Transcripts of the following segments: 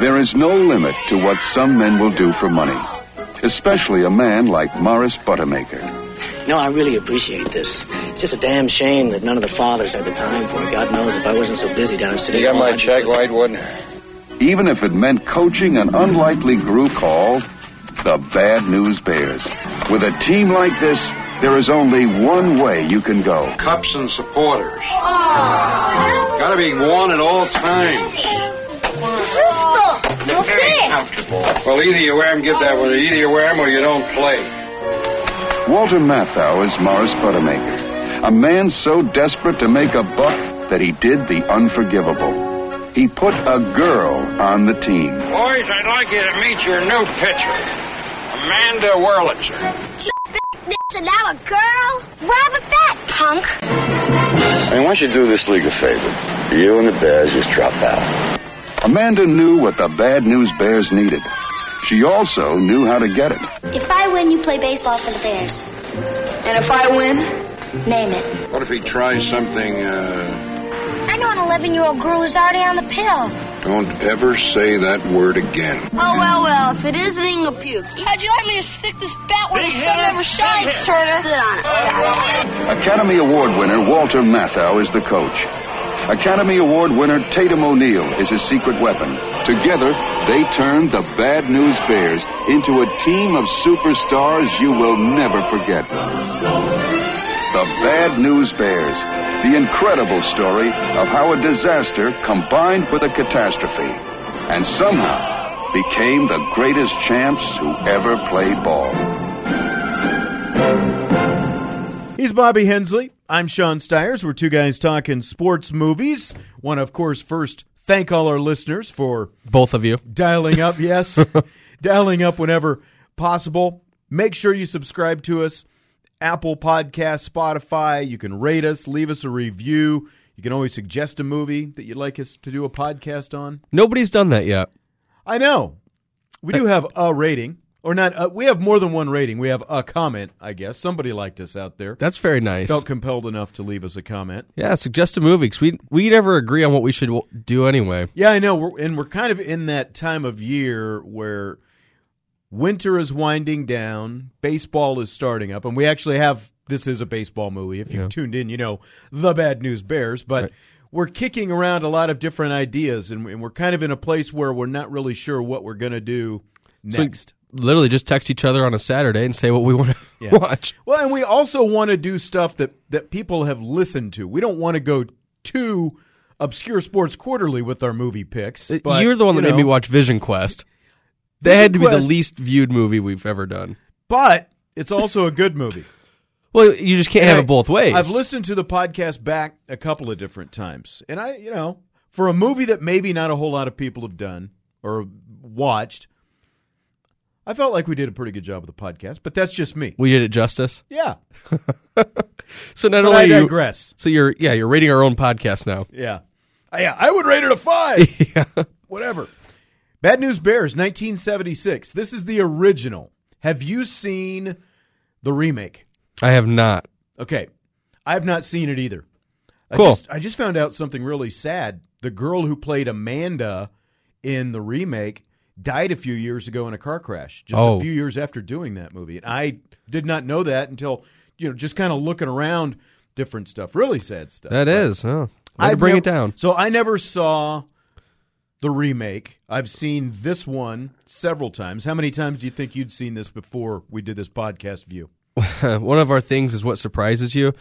There is no limit to what some men will do for money, especially a man like Morris Buttermaker. No, I really appreciate this. It's just a damn shame that none of the fathers had the time for it. God knows if I wasn't so busy down in City You got Hall, my I'd be check, busy. Lightwood? Even if it meant coaching an unlikely group called the Bad News Bears. With a team like this, there is only one way you can go. Cups and supporters. Gotta be worn at all times. Susto! No sé. Comfortable. Well, either you wear 'em, give that one. Either you wear 'em or you don't play. Walter Matthau is Morris Buttermaker, a man so desperate to make a buck that he did the unforgivable. He put a girl on the team. Boys, I'd like you to meet your new pitcher, Amanda Wurlitzer. This and now a girl? Why with that, punk? I mean, why don't you do this league a favor? You and the Bears just drop out. Amanda knew what the Bad News Bears needed. She also knew how to get it. If I win, you play baseball for the Bears. And if I win? Name it. What if he tries something, uh, I know an 11 year old girl who's already on the pill. don't ever say that word again. Oh, well, well, if it isn't Inga Puke. How'd you like me to stick this bat where the sun never shines, Turner? Sit on it. Academy Award winner Walter Matthau is the coach. Academy Award winner Tatum O'Neill is his secret weapon. Together, they turned the Bad News Bears into a team of superstars you will never forget. The Bad News Bears, the incredible story of how a disaster combined with a catastrophe and somehow became the greatest champs who ever played ball. He's Bobby Hensley. I'm Sean Stires. We're two guys talking sports movies. Want to, of course, first thank all our listeners for Both of you. dialing up, yes, dialing up whenever possible. Make sure you subscribe to us Apple Podcast, Spotify. You can rate us, leave us a review. You can always suggest a movie that you'd like us to do a podcast on. Nobody's done that yet. I know. We do have a rating, or not, uh, we have more than one rating. We have a comment, I guess. Somebody liked us out there. That's very nice. Felt compelled enough to leave us a comment. Yeah, suggest a movie because we we never agree on what we should w- do anyway. Yeah, I know. We're, and we're kind of in that time of year where winter is winding down, baseball is starting up, and we actually have this is a baseball movie. If you've tuned in, you know the bad news bears, but. We're kicking around a lot of different ideas, and and we're kind of in a place where we're not really sure what we're going to do So we next. literally just text each other on a Saturday and say what we want to Yeah. watch. Well, and we also want to do stuff that that people have listened to. We don't want to go too obscure sports quarterly with our movie picks. but, Uh, You're the one you that made me know, watch Vision Quest. That Vision had to be Quest. the least viewed movie we've ever done. But it's also a good movie. Well, you just can't And have I- it both ways. I've listened to the podcast back a couple of different times, and I, you know, for a movie that maybe not a whole lot of people have done or watched, I felt like we did a pretty good job with the podcast. But that's just me. we did it justice. Yeah, So not but only I are you- digress. so you're yeah you're rating our own podcast now. Yeah, I, yeah, I would rate it a five. Whatever. Bad News Bears, 1976. This is the original. Have you seen the remake? I have not. Okay. I've not seen it either. I Cool. just, I just found out something really sad. The girl who played Amanda in the remake died a few years ago in a car crash, just Oh. a few years after doing that movie. And I did not know that until, you know, just kind of looking around different stuff. Really sad stuff. That is. Oh, I I've to bring nev- it down. So I never saw the remake. I've seen this one several times. How many times do you think you'd seen this before we did this podcast view? One of our things is what surprises you.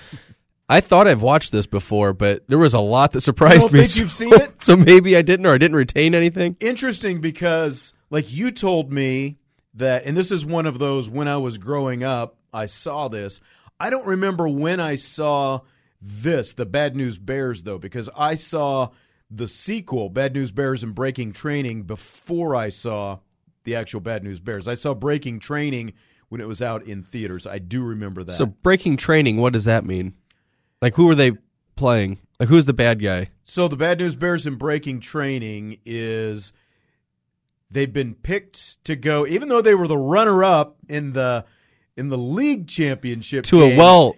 I thought I've watched this before, but there was a lot that surprised don't me. think so- you've seen it? so maybe I didn't, or I didn't retain anything. interesting because like you told me that and this is one of those when I was growing up I saw this. I don't remember when I saw this, the Bad News Bears though because I saw the sequel Bad News Bears and Breaking Training before I saw the actual Bad News Bears. I saw Breaking Training when it was out in theaters. I do remember that. So breaking training, what does that mean? Like who are they playing? Like who's the bad guy? So the bad news bears in breaking training is they've been picked to go, even though they were the runner up in the in the league championship to a game. well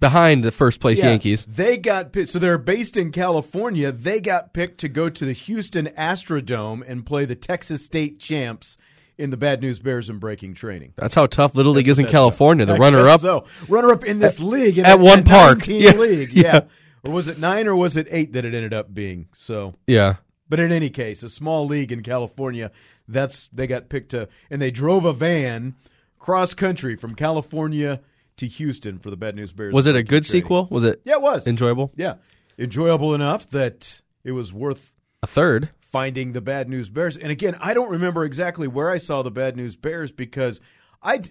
behind the first place Yeah, Yankees. They got picked. So they're based in California. They got picked to go to the Houston Astrodome and play the Texas State champs in the Bad News Bears and Breaking Training. That's how tough Little League is in That's California. I The guess runner up. So runner up in this league in at a- one a park. 19 Yeah. league. Yeah. Yeah. Or was it nine or was it eight that it ended up being? So, Yeah. but in any case, a small league in California. That's they got picked to, and they drove a van cross country from California to Houston for the Bad News Bears. Was it a Breaking good Training. sequel? Was it Yeah, it was enjoyable? yeah, enjoyable enough that it was worth A third. finding the Bad News Bears. And again, I don't remember exactly where I saw the Bad News Bears because I. d-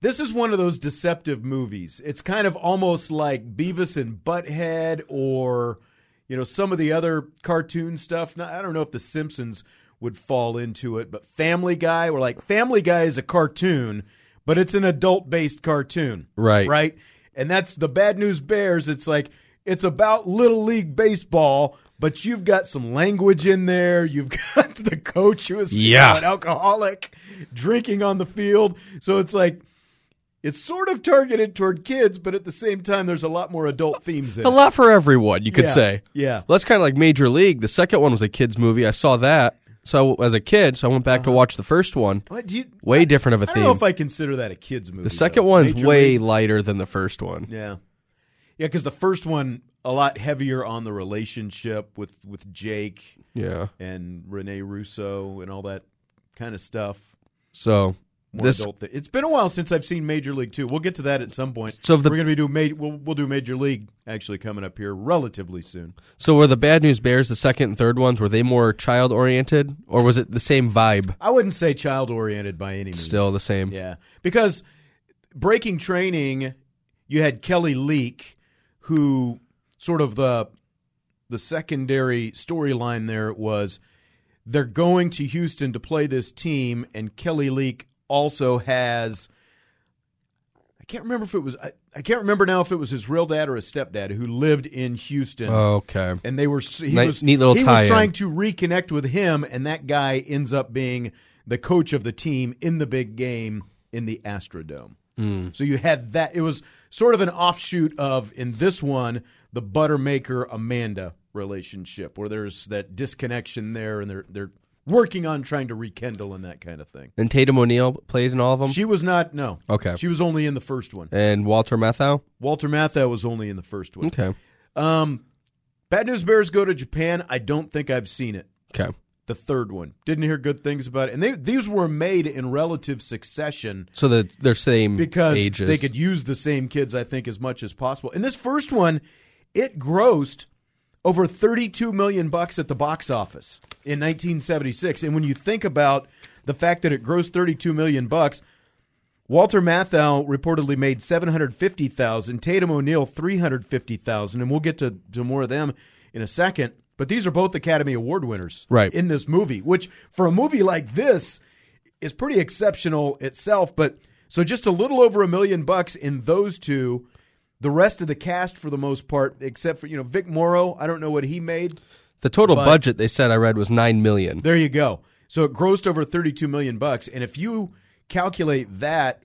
This is one of those deceptive movies. It's kind of almost like Beavis and Butthead or, you know, some of the other cartoon stuff. Now, I don't know if The Simpsons would fall into it, but Family Guy, we're like, Family Guy is a cartoon, but it's an adult based cartoon. Right Right. right? And that's the bad news bears. It's like it's about little league baseball, but you've got some language in there. You've got the coach who is you Yeah. know, an alcoholic drinking on the field. So it's like it's sort of targeted toward kids, but at the same time, there's a lot more adult themes in A it. lot for everyone, you could Yeah. say. Yeah. Well, that's kind of like Major League. The second one was a kids movie. I saw that. So as a kid, so I went back to watch the first one. What do you? Way different of a Uh-huh. I theme. don't know if I consider that a kids movie. the second though. one's Major way League- lighter than the first one. Yeah. Yeah, because the first one a lot heavier on the relationship with with Jake. Yeah. and Rene Russo and all that kind of stuff. So More this adult thi- It's been a while since I've seen Major League Two. We'll get to that at some point. So if the- we're going to be doing ma- we'll, we'll do Major League actually coming up here relatively soon. so were the Bad News Bears the second and third ones were they more child oriented or was it the same vibe? I wouldn't say child oriented by any means. Still the same. Yeah, because breaking training, you had Kelly Leak, who sort of the the secondary storyline there was they're going to Houston to play this team, and Kelly Leak also has. I can't remember if it was I, I can't remember now if it was his real dad or his stepdad who lived in Houston Oh, Okay. and they were he Nice- was neat little he tie-in. was trying to reconnect with him, and that guy ends up being the coach of the team in the big game in the Astrodome. Hmm. So you had that. It was sort of an offshoot of in this one the Buttermaker Amanda relationship, where there's that disconnection there, and they're they're working on trying to rekindle and that kind of thing. And Tatum O'Neal played in all of them. She was not no Um, Okay. She was only in the first one. and Walter Matthau. Walter Matthau was only in the first one. Okay. Um, Bad News Bears go to Japan. I don't think I've seen it. Okay. the third one. Didn't hear good things about it. And they, these were made in relative succession So the they're same because ages. they could use the same kids, I think, as much as possible. And this first one, it grossed over 32 million bucks at the box office in 1976. And when you think about the fact that it grossed 32 million bucks, Walter Matthau reportedly made 750,000, Tatum O'Neal 350,000, and we'll get to, to more of them in a second. But these are both Academy Award winners Right. in this movie, which for a movie like this is pretty exceptional itself. But so just a little over a million bucks in those two. The rest of the cast, for the most part, except for you know Vic Morrow, I don't know what he made. the total but- budget they said I read was nine million. There you go. So it grossed over 32 million bucks, and if you calculate that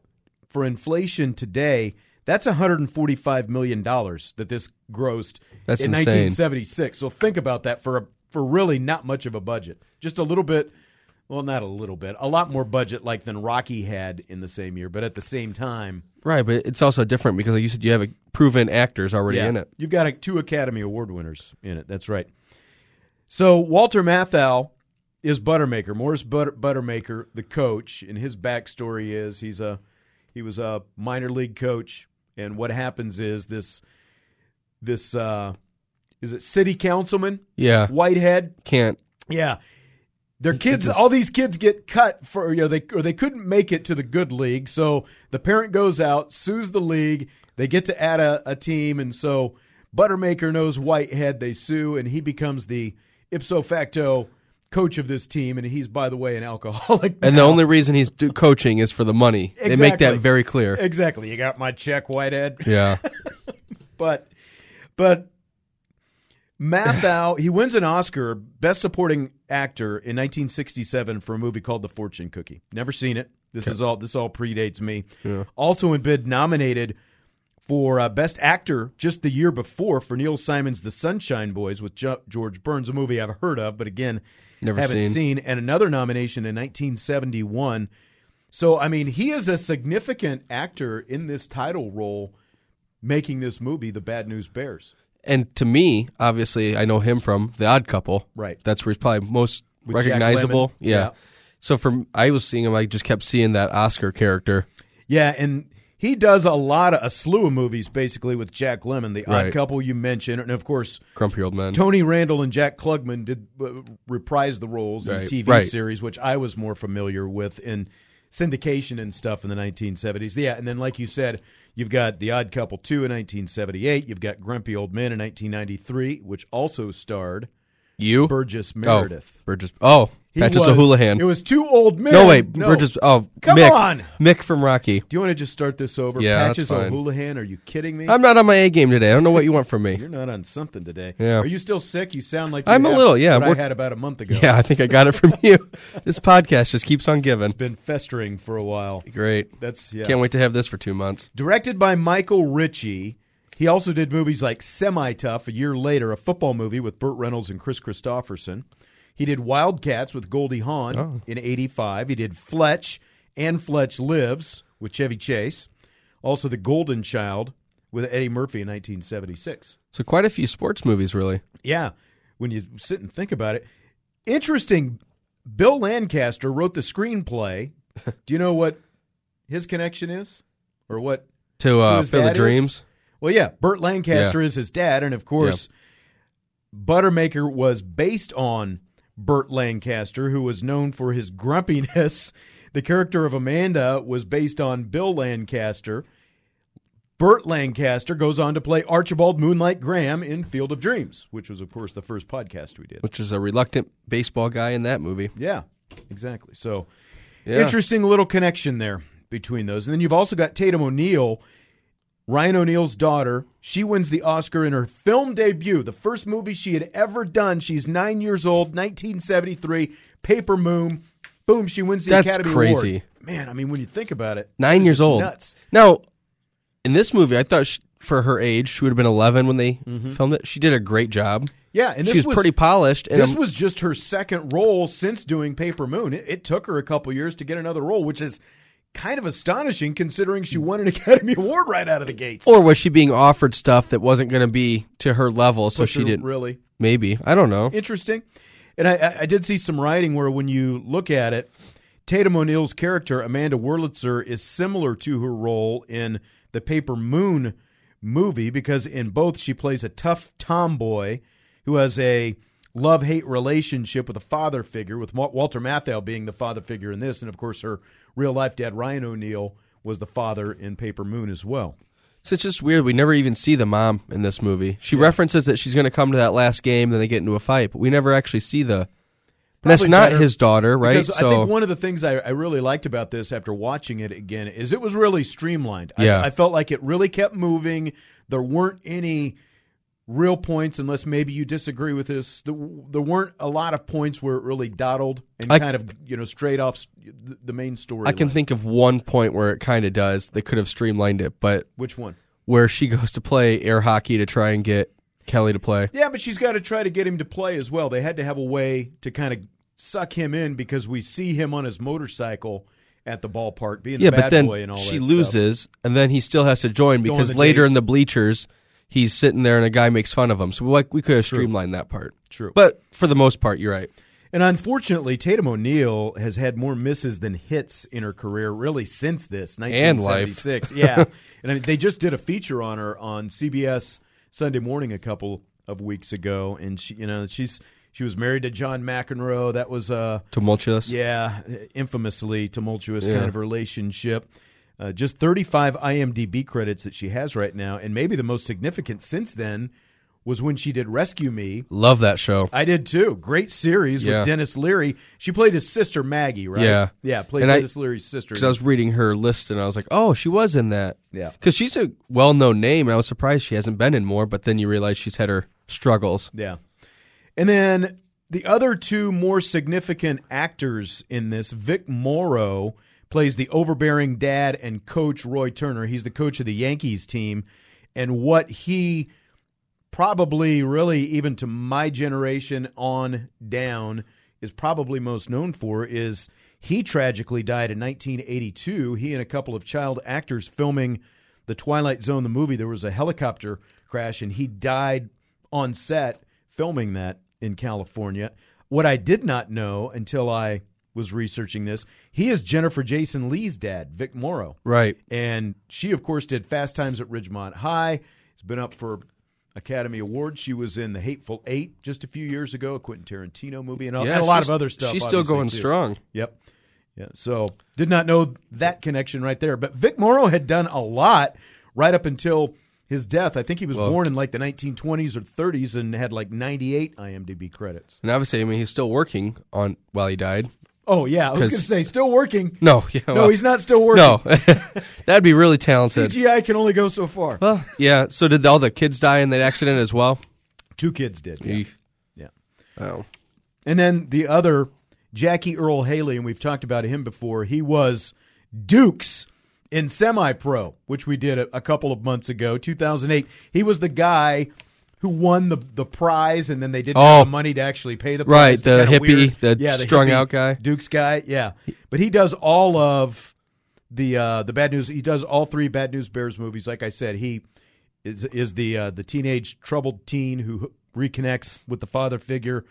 for inflation today, that's 145 million dollars that this grossed That's in insane. 1976. So think about that for a, for really not much of a budget, just a little bit. Well, not a little bit, a lot more budget like than Rocky had in the same year, but at the same time, Right, but it's also different because like you said you have a proven actors already in it. You've got uh, two Academy Award winners in it. That's right. So Walter Matthau is Buttermaker, Morris Butter- Buttermaker, the coach, and his backstory is he's a he was a minor league coach, and what happens is this this uh, is it city councilman Yeah. Whitehead Can't yeah. Their kids, all these kids get cut for you know they or they couldn't make it to the good league, so the parent goes out, sues the league. They get to add a, a team, and so Buttermaker knows Whitehead. They sue, and he becomes the ipso facto coach of this team. And he's, by the way, an alcoholic. and the only reason he's do- coaching is for the money. They make that Exactly. very clear. exactly, you got my check, Whitehead. Yeah. but but Mathau he wins an Oscar Best Supporting Actor in 1967 for a movie called The Fortune Cookie. Never seen it. This is all this all predates me. Also in bid nominated for uh, best actor just the year before for Neil Simon's The Sunshine Boys with jo- George Burns, a movie I've heard of, but again, Never haven't seen. seen. And another nomination in 1971. So I mean, he is a significant actor in this title role, making this movie The Bad News Bears. And to me, obviously, I know him from The Odd Couple. Right. That's where he's probably most With Jack recognizable. Lemmon. Yeah. Yeah. So from I was seeing him, I just kept seeing that Oscar character. Yeah, and he does a lot of a slew of movies basically with Jack Lemmon, the odd Right. couple you mentioned, and of course Grumpy old man. Tony Randall and Jack Klugman did uh, reprise the roles in Right, TV right. series, which I was more familiar with in syndication and stuff in the 1970s. Yeah, and then like you said, you've got The Odd Couple 2 in 1978. You've got Grumpy Old Men in 1993, which also starred you? Burgess oh, Meredith. Burgess. Oh, He Patrick was- O'Houlihan. It was two old men. no, wait. Burgess. Oh, Come Mick. on. Mick from Rocky. Do you want to just start this over? Yeah, that's Patches fine. O'Houlihan, are you kidding me? I'm not on my A game today. I don't know what you want from me. You're not on something today. Yeah. Are you still sick? You sound like I'm you a have little, yeah, What I we're- had about a month ago. Yeah, I think I got it from you. this podcast just keeps on giving. Been festering for a while. Great. That's yeah. Can't wait to have this for two months. Directed by Michael Ritchie. He also did movies like Semi Tough a year later, a football movie with Burt Reynolds and Chris Christopherson. He did Wildcats with Goldie Hawn Oh. in 85. He did Fletch and Fletch Lives with Chevy Chase. Also, The Golden Child with Eddie Murphy in 1976. So quite a few sports movies, really. Yeah, when you sit and think about it, interesting. Bill Lancaster wrote the screenplay. Do you know what his connection is, or what? To uh, his Field dad of is? Dreams. Well, yeah, Burt Lancaster is his dad, and of course, Buttermaker was based on Burt Lancaster, who was known for his grumpiness. The character of Amanda was based on Bill Lancaster. Burt Lancaster goes on to play Archibald Moonlight Graham in Field of Dreams, which was, of course, the first podcast we did. which is a reluctant baseball guy in that movie. Yeah, exactly. So Yeah. interesting little connection there between those. And then you've also got Tatum O'Neill, Ryan O'Neill's daughter. She wins the Oscar in her film debut, the first movie she had ever done. She's nine years old, 1973, Paper Moon. Boom, she wins the That's Academy crazy. Award. Man, I mean, when you think about it, Nine this years is old. Nuts. Now, in this movie, I thought she, for her age, she would have been 11 when they filmed it. She did a great job. Yeah, Mm-hmm. and this she was, was pretty polished. And This um, was just her second role since doing Paper Moon. It, it took her a couple years to get another role, which is kind of astonishing considering she won an Academy Award right out of the gates. or was she being offered stuff that wasn't going to be to her level, so she They're didn't? really Maybe I don't know. interesting. And I- I, I did see some writing where when you look at it, Tatum O'Neal's character Amanda Wurlitzer is similar to her role in the Paper Moon movie because in both she plays a tough tomboy who has a love hate relationship with a father figure, with Wa- Walter Matthau being the father figure in this, and of course her real life dad Ryan O'Neal was the father in Paper Moon as well. So it's just weird. We never even see the mom in this movie. She references that she's going to come to that last game, then they get into a fight, but we never actually see the. And that's Probably not better his daughter, right? Because I think one of the things I, I really liked about this after watching it again is it was really streamlined. I- Yeah. I, felt like it really kept moving. There weren't any real points, unless maybe you disagree with this. There, there weren't a lot of points where it really dawdled and I- kind of you know straight off s- the, the main story. I can line. think of one point where it kind of does. They could have streamlined it, but which one. where she goes to play air hockey to try and get Kelly to play. Yeah, but she's got to try to get him to play as well. They had to have a way to kind of suck him in because we see him on his motorcycle at the ballpark being Yeah, the bad but then boy and all she that stuff. loses, and then he still has to join Go on because the later date. in the bleachers, he's sitting there and a guy makes fun of him. So like we could have streamlined that part. True. but for the most part, you're right. And unfortunately, Tatum O'Neal has had more misses than hits in her career, really since this And life. 1976. yeah, and I mean, they just did a feature on her on CBS Sunday Morning a couple of weeks ago, and she, you know, she's she was married to John McEnroe. That was uh, Tumultuous. yeah, infamously tumultuous Yeah. kind of relationship. Uh, just 35 IMDb credits that she has right now, and maybe the most significant since then was when she did Rescue Me. love that show. I did too. Great series Yeah. with Dennis Leary. She played his sister Maggie, right? Yeah. yeah. Played And I- Dennis Leary's sister. Because I was reading her list and I was like, oh, she was in that. Yeah. Because she's a well known name, and I was surprised she hasn't been in more. But then you realize she's had her struggles. yeah. And then the other two more significant actors in this, Vic Morrow plays the overbearing dad and coach Roy Turner. He's the coach of the Yankees team. And what he probably really even to my generation on down is probably most known for is he tragically died in 1982 he and a couple of child actors filming the twilight zone the movie there was a helicopter crash and he died on set filming that in california what i did not know until i was researching this he is jennifer jason lee's dad vic morrow Right. and she, of course, did Fast Times at Ridgemont High. Has been up for Academy Awards. She was in The Hateful Eight just a few years ago, a Quentin Tarantino movie, and, all- and a lot she's- of other stuff. She's still obviously, going too. strong. Yep. Yeah. So did not know that connection right there. But Vic Morrow had done a lot right up until his death. I think he was born in like the 1920s or 30s and had like 98 IMDb credits. And obviously, I mean, he's still working on while he died. Oh yeah, I was 'Cause- going to say still working. No, yeah, No, well, he's not still working. No, that'd be really talented. CGI can only go so far. Well, yeah. So did all the kids die in that accident as well? Two kids did. yeah. Eef. Yeah. Oh, And then the other, Jackie Earl Haley, and we've talked about him before. He was Dukes in semi pro, which we did a, a couple of months ago, 2008. He was the guy who won the, the prize, and then they didn't Oh. have the money to actually pay the Right, prize. the Kinda hippie, weird. the strung out guy. Dukes guy, yeah. But he does all of the uh, the bad news. He does all three Bad News Bears movies. Like I said, he is is the uh, the teenage troubled teen who reconnects with the father figure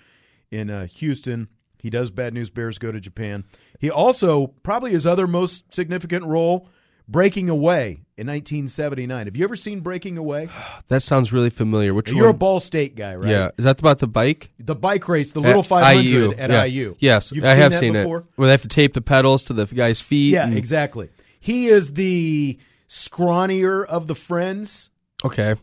in uh, Houston. He does Bad News Bears go to Japan. He also probably his other most significant role, Breaking Away in 1979. Have you ever seen Breaking Away? that sounds really familiar. Which You're a one? Ball State guy, right? Yeah, is that about the bike? The bike race, the little At 500 IU. at yeah. IU. Yes, You've I seen have that seen before? it. Where they have to tape the pedals to the guy's feet. Yeah, and- exactly. He is the scrawnier of the friends. Okay,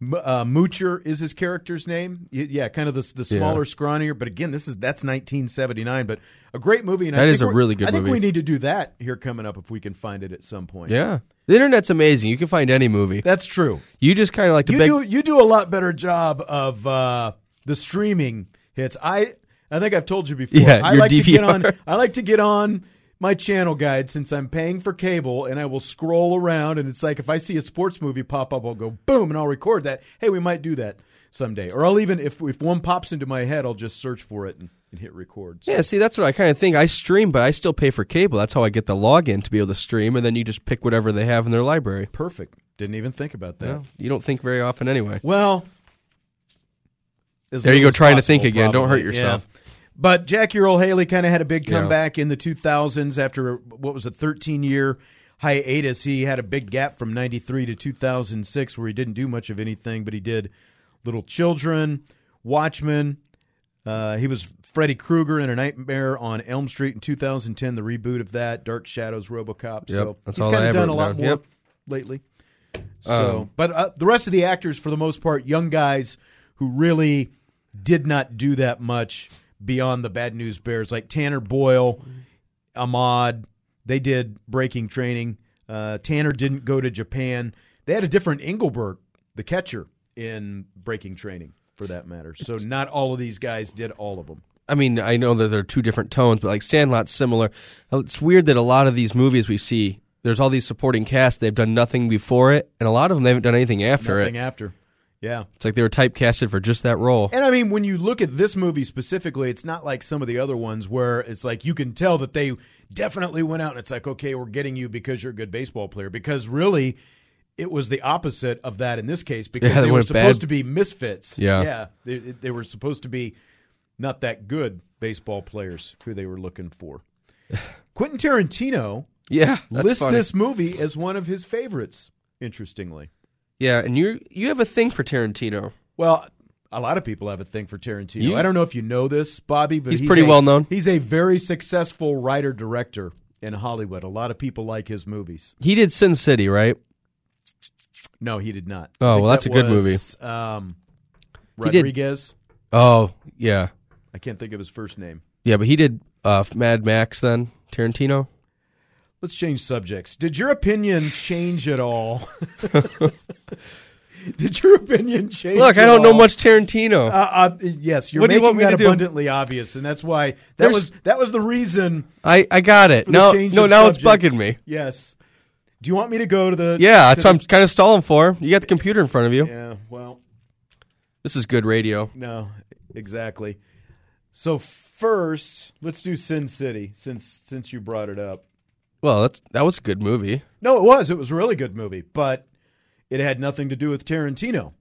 M- uh, Moocher is his character's name. Y- Yeah, kind of the the smaller, scrawnier. But again, this is that's 1979. But a great movie. And I That think is a we're- really good I think movie. we need to do that here coming up if we can find it at some point. yeah. The internet's amazing. You can find any movie. that's true. You just kind of like the You big. do you do a lot better job of uh, the streaming hits. I I think I've told you before. Yeah, I your like to get DVR. on. I like to get on my channel guide since I'm paying for cable, and I will scroll around, and it's like if I see a sports movie pop up, I'll go boom, and I'll record that. Hey, we might do that someday, or I'll even if if one pops into my head, I'll just search for it and, and hit record. So- Yeah, see, that's what I kind of think. I stream, but I still pay for cable. That's how I get the login to be able to stream, and then you just pick whatever they have in their library. Perfect. Didn't even think about that. Well, you don't think very often anyway. Well, as There you little go, as trying to possible, think again. Don't hurt probably. yourself. Yeah. But Jackie Earl Haley kind of had a big Yeah. comeback in the 2000s after what was a 13 year hiatus. He had a big gap from 93 to 2006 where he didn't do much of anything, but he did Little Children, Watchmen. Uh, he was Freddy Krueger in A Nightmare on Elm Street in 2010, the reboot of that, Dark Shadows, Robocop. Yep, so that's he's all kind I of have done a written lot down. more Yep. Um, lately. So, but uh, the rest of the actors, for the most part, young guys who really did not do that much beyond the Bad News Bears, like Tanner Boyle, Ahmad. They did breaking training. Uh, Tanner didn't go to Japan. They had a different Engelberg, the catcher, in breaking training, for that matter. So not all of these guys did all of them. I mean, I know that there are two different tones, but like Sandlot's similar. Oh, It's weird that a lot of these movies we see, there's all these supporting casts. They've done nothing before it, and a lot of them they haven't done anything after Nothing it. after. Yeah. It's like they were typecasted for just that role. And I mean, when you look at this movie specifically, it's not like some of the other ones where it's like you can tell that they definitely went out and it's like, okay, we're getting you because you're a good baseball player. Because really, it was the opposite of that in this case because Yeah, they they, were went bad. supposed to be misfits. Yeah. Yeah. They, they were supposed to be not that good baseball players who they were looking for. Quentin Tarantino Yeah, that's lists funny. this movie as one of his favorites, interestingly. Yeah, and you you have a thing for Tarantino. Well, a lot of people have a thing for Tarantino. You- I don't know if you know this, Bobby, but He's pretty a- well known. He's a very successful writer director in Hollywood. A lot of people like his movies. He did Sin City, right? No, he did not. Oh, I think well, that's that a good was, Um, did- Rodriguez. Oh, yeah, I can't think of his first name. yeah, but he did uh, Mad Max then Tarantino. Let's change subjects. Did your opinion change at all Did your opinion change? Look, I at don't know all? much Tarantino. Uh, uh, yes, you're What do you making want me that to do? abundantly obvious, and that's why that There's- was that was the reason. I, I got it. For the Now, change no, of now it's subjects. bugging me. Yes. Do you want me to go to the? Yeah, to that's what I'm the- kind of stalling for. You got the computer in front of you. Yeah. Well, This is good radio. no, exactly. So first, let's do Sin City, since since you brought it up. Well, that's that was a good movie. No, it was. It was a really good movie, but it had nothing to do with Tarantino.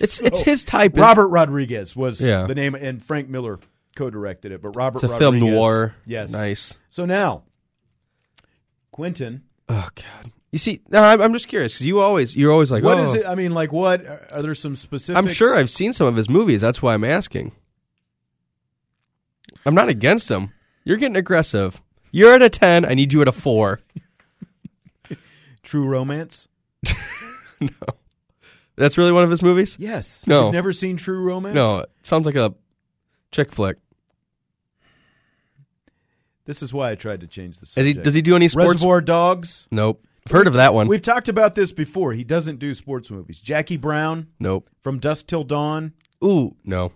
It's it's his type. It's- Robert Rodriguez was Yeah. the name, and Frank Miller co-directed it. But Robert It's a film Rodriguez, noir. Yes. nice. So now, Quentin, Oh God. You see, no, I'm, I'm just curious 'cause you always you're always like, what oh. is it? I mean, like, what are are there some specific? I'm sure I've seen some of his movies. That's why I'm asking. I'm not against him. You're getting aggressive. You're at a ten. I need you at a four. True Romance. That's really one of his movies. Yes. No. You've never seen True Romance. No, it sounds like a chick flick. This is why I tried to change the Is he, subject. does he do any sports? Um, Reservoir Dogs? Nope. I've heard of that one. We've talked about this before. He doesn't do sports movies. Jackie Brown Nope. from Dusk Till Dawn, Ooh, no.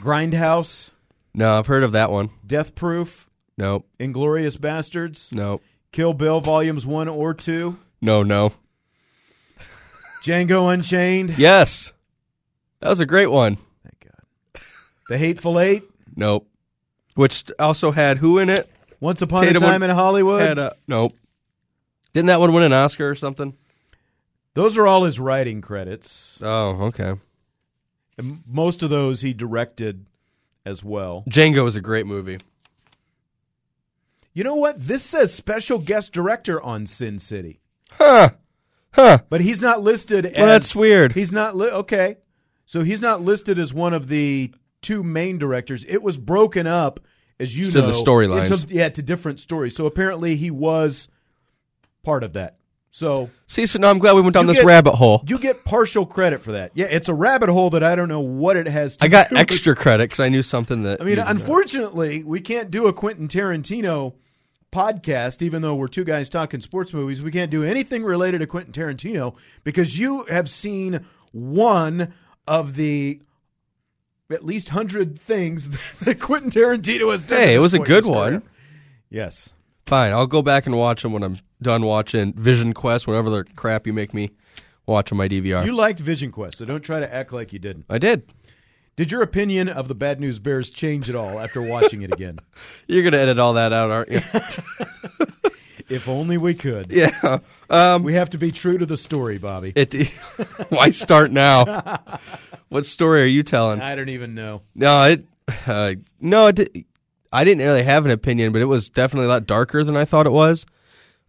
Grindhouse, No, I've heard of that one. Death Proof, Nope. Inglorious Bastards, Nope. Kill Bill Volumes One or Two, No, no. Django Unchained. Yes. That was a great one. Thank God. The Hateful Eight. Nope. Which also had who in it? Once Upon Tatum a Time in Hollywood. Had a, nope. Didn't that one win an Oscar or something? Those are all his writing credits. Oh, okay. And most of those he directed as well. Django is a great movie. You know what? This says special guest director on Sin City, Huh. Huh. but he's not listed. as, Well, that's weird. He's not li- okay. So he's not listed as one of the two main directors. It was broken up, as you To the know, storylines. into- Yeah, to different stories. So apparently he was part of that. So See, so now I'm glad we went down You this get- rabbit hole. you get partial credit for that. Yeah, it's a rabbit hole that I don't know what it has. to I got do with- extra credit because I knew something that. I mean, you didn't know. unfortunately, we can't do a Quentin Tarantino podcast, even though we're two guys talking sports movies. We can't do anything related to Quentin Tarantino because you have seen one of the at least hundred things that Quentin Tarantino has done. Hey, at it this was a point in good his one. career. Yes. Fine, I'll go back and watch them when I'm done watching Vision Quest, whatever the crap you make me watch on my DVR. You liked Vision Quest, so don't try to act like you didn't. I did. Did your opinion of the Bad News Bears change at all after watching it again? You're gonna edit all that out, aren't you? If only we could. yeah. um, We have to be true to the story, Bobby. It. why start now? what story are you telling? I don't even know. No, it. Uh, no, it. di- I didn't really have an opinion, but it was definitely a lot darker than I thought it was.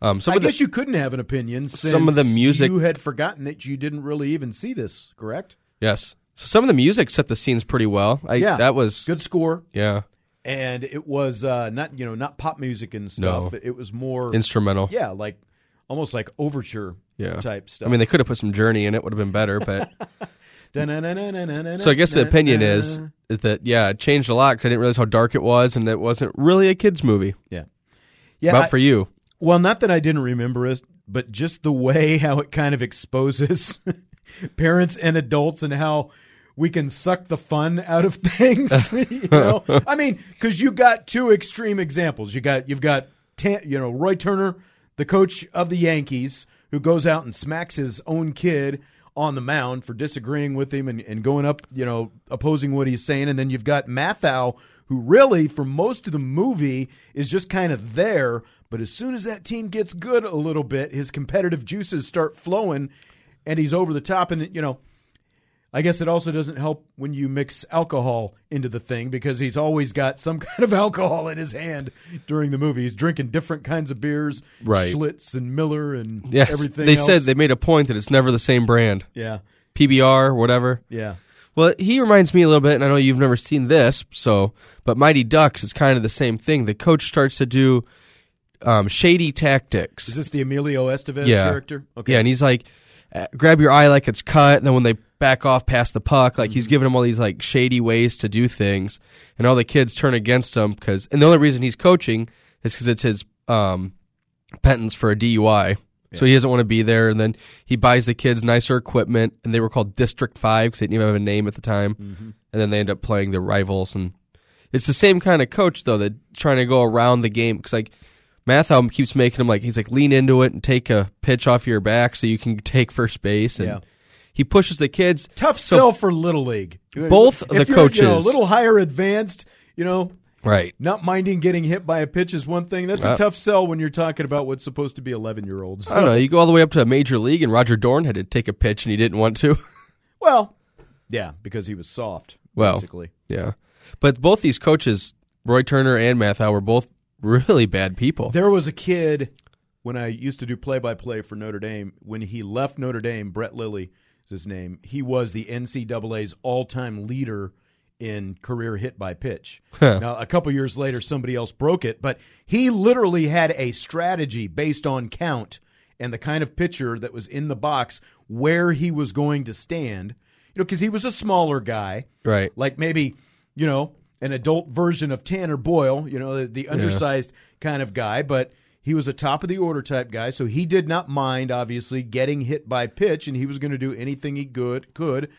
Um, some I of the, guess you couldn't have an opinion. Since Some of the music- you had forgotten that you didn't really even see this, correct? yes. So some of the music set the scenes pretty well. I, yeah, that was good score, Yeah, and it was uh, not you know not pop music and stuff. No. It was more instrumental. yeah, like almost like overture Yeah. type stuff. I mean, they could have put some Journey in it; would have been better. But they, so I guess the opinion is is that yeah, it changed a lot because I didn't realize how dark it was, and it wasn't really a kids movie. yeah, yeah. but I- for you, Well, not that I didn't remember it, but just the way how it kind of exposes parents and adults and how we can suck the fun out of things. you know, I mean, because you got two extreme examples. You got you've got Ta- you know Roy Turner, the coach of the Yankees, who goes out and smacks his own kid on the mound for disagreeing with him and, and going up, you know, opposing what he's saying. And then you've got Mathau, who really, for most of the movie, is just kind of there. But as soon as that team gets good a little bit, his competitive juices start flowing and he's over the top. And, you know, I guess it also doesn't help when you mix alcohol into the thing because he's always got some kind of alcohol in his hand during the movie. He's drinking different kinds of beers, Right. Schlitz and Miller and yes, everything. they said else. they made a point that it's never the same brand, yeah, PBR, whatever. yeah. Well, he reminds me a little bit, and I know you've never seen this, so but Mighty Ducks is kind of the same thing. The coach starts to do um, shady tactics. Is this the Emilio Estevez character? Yeah, and he's like, uh, grab your eye like it's cut. And then when they back off past the puck, like he's giving him all these like shady ways to do things, and all the kids turn against him because. And the only reason he's coaching is because it's his um, penance for a DUI. So he doesn't want to be there. And then he buys the kids nicer equipment, and they were called District Five because they didn't even have a name at the time. And then they end up playing their rivals, and it's the same kind of coach though that trying to go around the game because like Mathau keeps making him like he's like lean into it and take a pitch off your back so you can take first base, and Yeah. he pushes the kids Tough So- sell for Little League. Both of If the you're, you know, a coaches- little higher advanced, you know, right. not minding getting hit by a pitch is one thing. That's Uh, a tough sell when you're talking about what's supposed to be 11 year olds. I don't know. You go all the way up to major league, and Roger Dorn had to take a pitch, and he didn't want to. Well, yeah, because he was soft, Well. basically. yeah, but both these coaches, Roy Turner and Mathau, were both really bad people. There was a kid when I used to do play by play for Notre Dame. When he left Notre Dame, Brett Lilly is his name. He was the NCAA's all time leader in career hit by pitch. Now, a couple years later, somebody else broke it, but he literally had a strategy based on count and the kind of pitcher that was in the box where he was going to stand. You know, because he was a smaller guy right. like maybe you know an adult version of Tanner Boyle, you know, the, the undersized kind of guy, but he was a top of the order type guy, so he did not mind obviously getting hit by pitch, and he was going to do anything he good could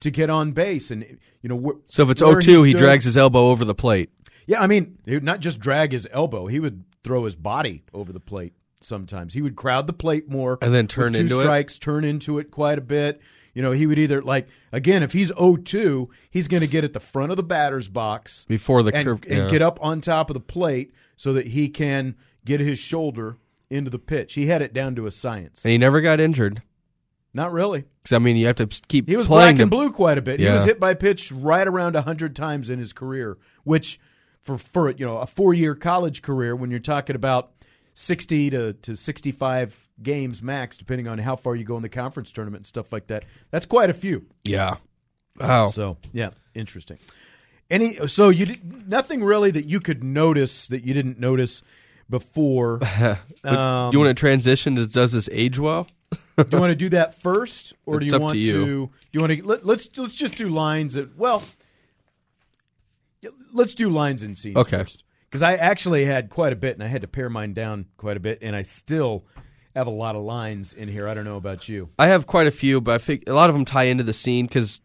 to get on base, and you know, wh- So if it's where 0-2, he stood- drags his elbow over the plate. Yeah, I mean, he would not just drag his elbow; he would throw his body over the plate. Sometimes he would crowd the plate more, And then with turn two into it? strikes, turn into it quite a bit. You know, he would either like again if he's 0-2, he's going to get at the front of the batter's box Before the and, curve- and yeah. get up on top of the plate so that he can get his shoulder into the pitch. He had it down to a science. And he never got injured. Not really. Because, I mean, you have to keep He was playing black and to- blue quite a bit. He Yeah. was hit by pitch right around hundred times in his career, which for for you know a four year college career, when you're talking about sixty to, to sixty five games max, depending on how far you go in the conference tournament and stuff like that, that's quite a few. Yeah. Wow. So yeah, interesting. Any so you did, nothing really that you could notice that you didn't notice before. um, you want to transition? to Does this age well? do you want to do that first, or do It's you up to want to? you. Do you want to let, let's let's just do lines that well, let's do lines and scenes Okay. first because I actually had quite a bit and I had to pare mine down quite a bit and I still have a lot of lines in here. I don't know about you. I have quite a few, but I think a lot of them tie into the scene because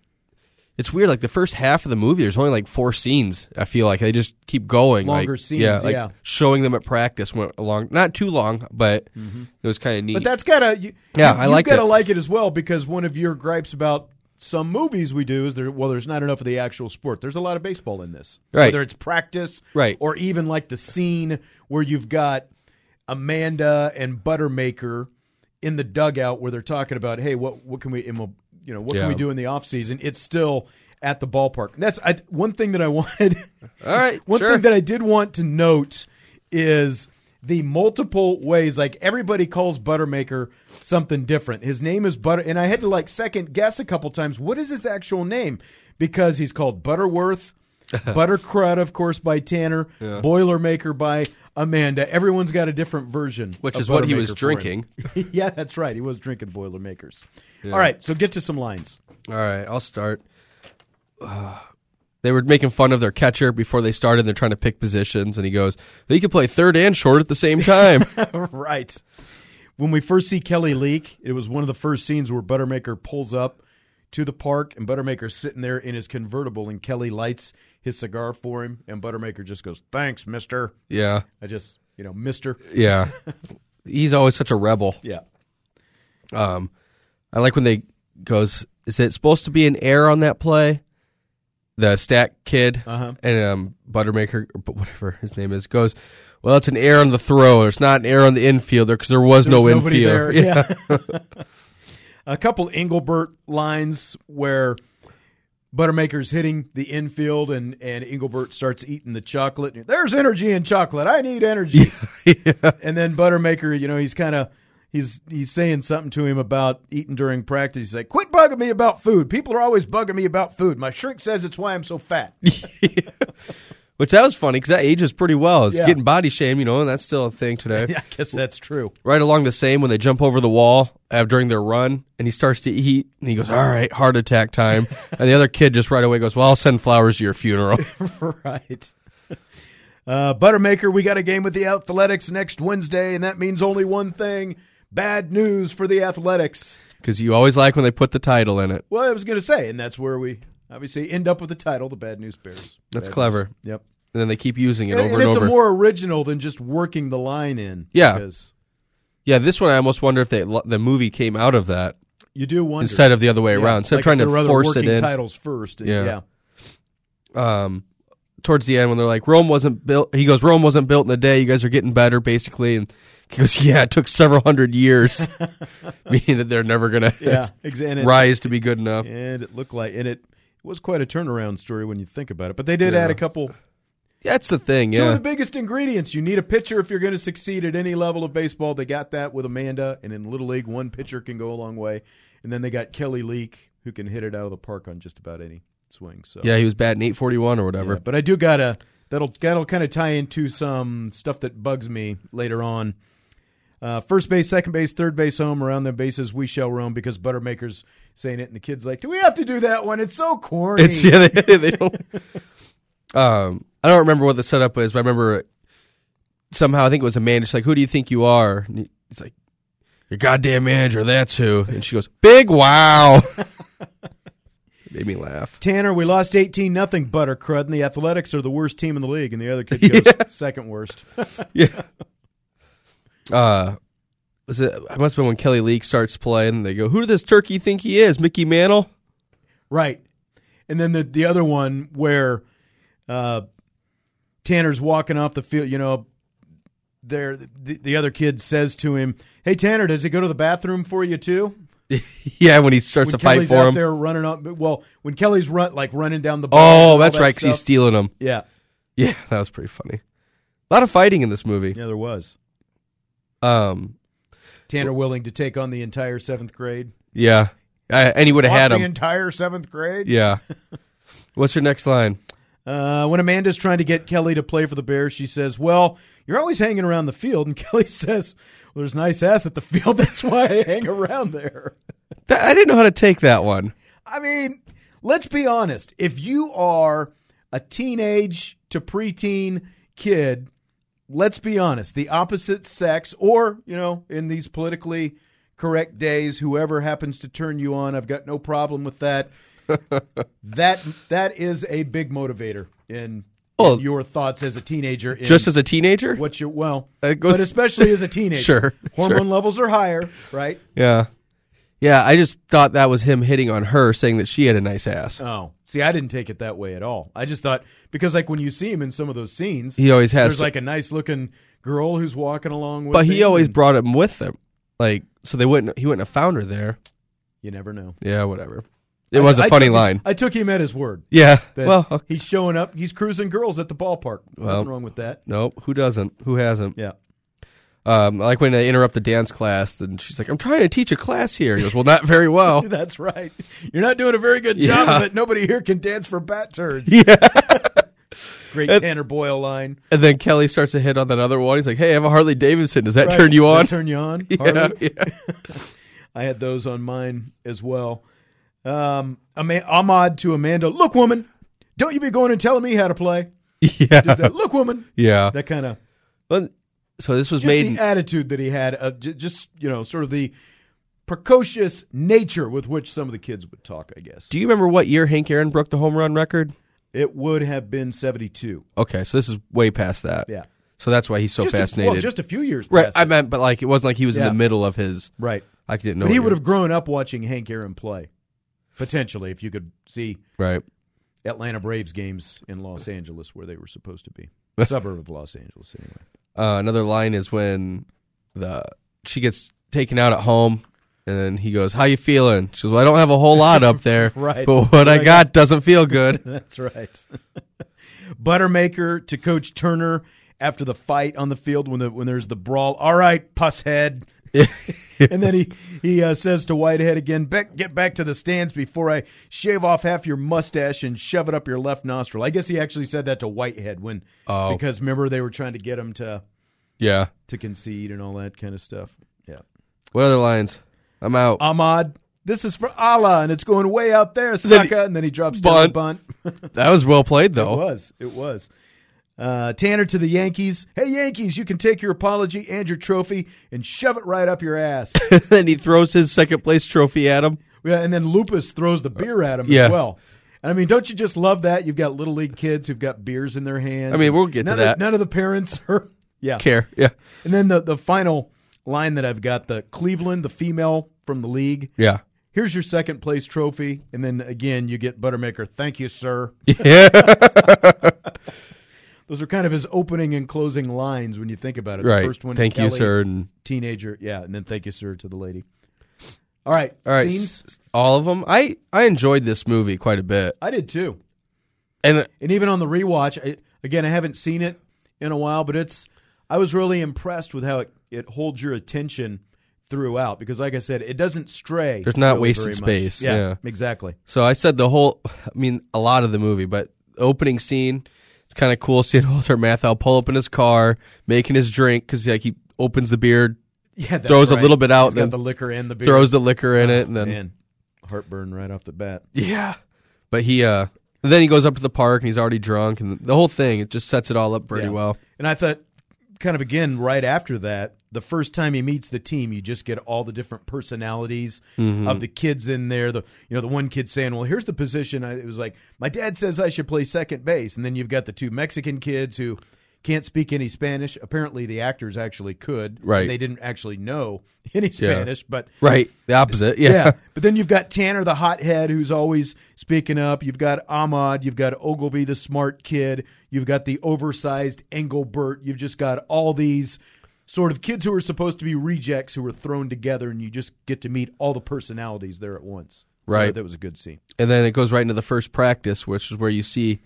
it's weird. Like the first half of the movie, there's only like four scenes. I feel like they just keep going. Longer like, scenes, yeah, like yeah. showing them at practice went along, not too long, but Mm-hmm. it was kind of neat. But that's gotta you, Yeah, you, I liked you gotta it. like it as well because one of your gripes about some movies we do is there well there's not enough of the actual sport. There's a lot of baseball in this, Right. Whether it's practice, Right. or even like the scene where you've got Amanda and Buttermaker in the dugout where they're talking about hey what what can we and we'll- you know what Yeah. can we do in the off season? It's still at the ballpark. And that's I, one thing that I wanted. All right, One sure. thing that I did want to note is the multiple ways. Like everybody calls Buttermaker something different. His name is Butter, and I had to like second guess a couple times. What is his actual name? Because he's called Butterworth, Buttercrud, of course, by Tanner, Boilermaker by Amanda. Everyone's got a different version, Which of is what he was Buttermaker for him. drinking. yeah, that's right. He was drinking Boilermakers. All right, so get to some lines. All right, I'll start. Uh, they were making fun of their catcher before they started. They're trying to pick positions, and he goes, "He could play third and short at the same time." right. When we first see Kelly Leak, it was one of the first scenes where Buttermaker pulls up to the park and Buttermaker's sitting there in his convertible and Kelly lights his cigar for him and Buttermaker just goes, "Thanks, mister." yeah, I just, you know, mister. yeah. He's always such a rebel. Yeah. Um, I like when they goes, "Is it supposed to be an error on that play?" The stack kid Uh-huh. and um, Buttermaker, or bu- whatever his name is, goes, "Well, it's an error on the throw. It's not an error on the infielder because there was no There's nobody infield." there. Yeah. a couple Engelbert lines where Buttermaker's hitting the infield and and Engelbert starts eating the chocolate. There's energy in chocolate. I need energy. And then Buttermaker, you know, he's kind of he's he's saying something to him about eating during practice. He's like, "Quit bugging me about food. People are always bugging me about food. My shrink says it's why I'm so fat." Which that was funny because that ages pretty well. It's Yeah. getting body shame, you know, and that's still a thing today. I guess that's true. Right along the same when they jump over the wall uh, during their run, and he starts to eat, and he goes, "All right, heart attack time." and the other kid just right away goes, "Well, I'll send flowers to your funeral." right. Uh, Buttermaker, we got a game with the Athletics next Wednesday, and that means only one thing Bad news for the athletics. Because you always like when they put the title in it. Well, I was going to say, and that's where we obviously end up with the title, the Bad News Bears. That's Bad clever. News. Yep. And then they keep using it And, over and and, it's over. a more original than just working the line in. Yeah. because yeah, this one I almost wonder if they the movie came out of that you do wonder instead of the other way Yeah, around. Instead like of trying if to they're rather force it working in. titles first. and- Yeah. yeah. um, towards the end when they're like Rome wasn't built. He goes, Rome wasn't built in a day. You guys are getting better, basically. And he goes, Yeah, it took several hundred years, meaning that they're never gonna Yeah, ex- and it- rise to be good enough. and it looked like and it was quite a turnaround story when you think about it. But they did Yeah. add a couple. That's the thing. Two of Yeah, the biggest ingredients you need a pitcher if you're going to succeed at any level of baseball. They got that with Amanda, and in Little League, one pitcher can go a long way. And then they got Kelly Leak, who can hit it out of the park on just about any swing. So yeah, he was batting eight forty one or Yeah, whatever. but I do gotta that'll that'll kind of tie into some stuff that bugs me later on. Uh, first base, second base, third base, home around the bases we shall roam because Buttermaker's saying it, and the kid's like, "Do we have to do that one? It's so corny." It's yeah, they, they don't. um, I don't remember what the setup was, but I remember somehow I think it was a man. She's like, "Who do you think you are?" And he- he's like, "Your goddamn manager. That's who." And she goes, "Big wow." Made me laugh. Tanner, we lost eighteen nothing. Buttercrud and the Athletics are the worst team in the league, and the other kid goes second worst. Yeah. Uh, was it? I must have been when Kelly Leak starts playing. And they go, "Who does this turkey think he is, Mickey Mantle?" Right. And then the the other one where uh, Tanner's walking off the field, you know, there the, the other kid says to him, "Hey Tanner, does he go to the bathroom for you too?" yeah, when he starts when to fight Kelly's for out him. there running up, well, when Kelly's run like running down the ball and oh, all that's that right, because he's stuff. stealing him. yeah, Yeah, that was pretty funny. A lot of fighting in this movie. yeah, there was Um, Tanner willing to take on the entire seventh grade, Yeah. Uh, and he would have Off had the him. entire seventh grade. yeah. What's your next line? Uh, when Amanda's trying to get Kelly to play for the Bears, she says, "Well, you're always hanging around the field." And Kelly says, "Well, there's nice ass at the field. That's why I hang around there." That, I didn't know how to take that one. I mean, let's be honest. If you are a teenage to preteen kid, let's be honest, the opposite sex, or, you know, in these politically correct days, whoever happens to turn you on, I've got no problem with that. that that is a big motivator in, Well, in your thoughts as a teenager. In Just as a teenager? what you well, It goes- but especially as a teenager, Sure, hormone sure. levels are higher, right? Yeah. Yeah, I just thought that was him hitting on her saying that she had a nice ass. Oh, see, I didn't take it that way at all. I just thought because like when you see him in some of those scenes, He always has there's to- like a nice looking girl who's walking along with. but he him, always and brought him with him. Like so they wouldn't he wouldn't have found her there. you never know. Yeah, whatever. It was a funny took, line. I took him at his word. yeah. That Well, okay. he's showing up. He's cruising girls at the ballpark. Well. Nothing wrong with that. no, who doesn't? Who hasn't? Yeah. Um, I like when they interrupt the dance class and she's like, "I'm trying to teach a class here." He goes, "Well, not very well." That's right. You're not doing a very good Yeah. job of it. Nobody here can dance for bat turds. yeah. Great And- Tanner Boyle line. And then Kelly starts to hit on that other one. He's like, "Hey, I have a Harley Davidson. Does that Right. turn you Does that on?" Turn you on. yeah, Harley? yeah. I had those on mine as well. Um, Ama- Ahmad to Amanda, look, woman, don't you be going and telling me how to play. yeah, Just that, look, woman, yeah. that kind of But- so this was just made. in- the attitude that he had, of j- just you know, sort of the precocious nature with which some of the kids would talk. I guess do you remember what year Hank Aaron broke the home run record? it would have been seventy-two. Okay, so this is way past that. Yeah, So that's why he's so just A, fascinated. well, just a few years, right. past I it. meant, but like, it wasn't like he was in Yeah. the middle of his. right. I didn't know. But he what would year- have grown up watching Hank Aaron play, potentially, if you could see Right. Atlanta Braves games in Los Angeles where they were supposed to be. Suburb of Los Angeles, anyway. Uh, another line is when the she gets taken out at home, and then he goes, "How you feeling?" She goes, "Well, I don't have a whole lot up there, Right. But what I got doesn't feel good." That's right. Buttermaker to Coach Turner after the fight on the field when the when there's the brawl. All right, pusshead. and then he he uh, says to Whitehead again, "Beck, get back to the stands before I shave off half your mustache and shove it up your left nostril." I guess he actually said that to Whitehead when Oh. because remember they were trying to get him to yeah. to concede and all that kind of stuff. Yeah. What other lines? I'm out. Ahmad, this is for Allah, and it's going way out there, Then he- sucker. And then he drops down the bunt. that was well played, It though. was. It was. Uh, Tanner to the Yankees. Hey, Yankees, you can take your apology and your trophy and shove it right up your ass. and he throws his second place trophy at him. Yeah, and then Lupus throws the beer at him Yeah. as well. And I mean, don't you just love that? You've got little league kids who've got beers in their hands. I mean, we'll get to none of- that. none of the parents are. Yeah. Care. Yeah. And then the, the final line that I've got the Cleveland, the female from the league. Yeah. Here's your second place trophy. And then again, you get Buttermaker. Thank you, sir. Yeah. Those are kind of his opening and closing lines when you think about it. right. The first one to Thank you, Kelly, sir. And Teenager. Yeah. And then thank you, sir, to the lady. All right. all right, Scenes? s- all of them. I I enjoyed this movie quite a bit, I did too. and uh, And even on the rewatch, I, again, I haven't seen it in a while, but it's I was really impressed with how it, it holds your attention throughout because, like I said, it doesn't stray. There's not really wasted very much. space, yeah. exactly. So I said the whole, I mean, a lot of the movie, but the opening scene, it's kind of cool seeing Walter Matthau pull up in his car, making his drink because like he opens the beer, Yeah, that's Throws a right. little bit out, He's got then the liquor and the beer. throws the liquor in it, and then man heartburn right off the bat. yeah. But he, uh, then he goes up to the park and he's already drunk, and the whole thing it just sets it all up pretty Yeah. well. And I thought, kind of again, right after that, the first time he meets the team, you just get all the different personalities of the kids in there. The you know the one kid saying, "Well, here's the position." I, it was like my dad says I should play second base, and then you've got the two Mexican kids who can't speak any Spanish. Apparently, the actors actually could. Right. They didn't actually know any Spanish, but Right, the opposite, yeah. yeah. But then you've got Tanner, the hothead, who's always speaking up. You've got Ahmad. You've got Ogilvy, the smart kid. You've got the oversized Engelbert. You've just got all these sort of kids who are supposed to be rejects who are thrown together, and you just get to meet all the personalities there at once. Right. That was a good scene. And then it goes right into the first practice, which is where you see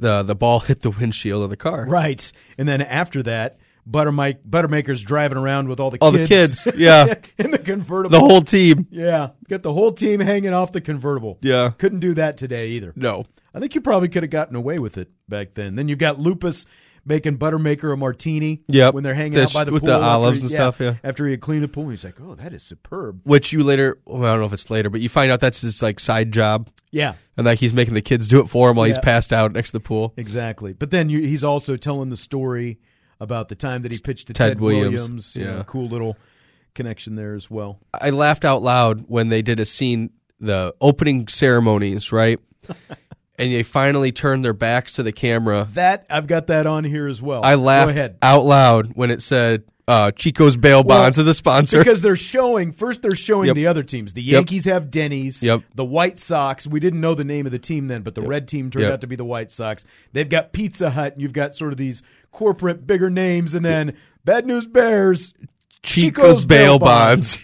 the the ball hit the windshield of the car. Right. And then after that, Buttermike, Buttermaker's driving around with all the All the kids. kids, yeah. in the convertible. The whole team, yeah. Got the whole team hanging off the convertible. yeah. Couldn't do that today either. No, I think you probably could have gotten away with it back then. Then you've got Lupus making Buttermaker a martini. Yep. When they're hanging This- out by the with pool the after olives he- and stuff, yeah. After he had cleaned the pool, he's like, "Oh, that is superb." which you later well, I don't know if it's later, but you find out that's his like side job Yeah, and like he's making the kids do it for him while he's Yeah. passed out next to the pool. exactly. But then you, he's also telling the story about the time that he pitched to Ted Ted, Williams, Williams. yeah. You know, cool little connection there as well. I laughed out loud when they did a scene the opening ceremonies, right? and they finally turned their backs to the camera. That I've got that on here as well. I Go laughed ahead. out loud when it said uh, Chico's bail Well, bonds as a sponsor. Because they're showing first, they're showing Yep. the other teams. The Yankees have Denny's. Yep. The White Sox. We didn't know the name of the team then, but the red team turned Yep. out to be the White Sox. They've got Pizza Hut, and you've got sort of these corporate bigger names, and then Bad News Bears. Chico's, Chico's bail bail bonds.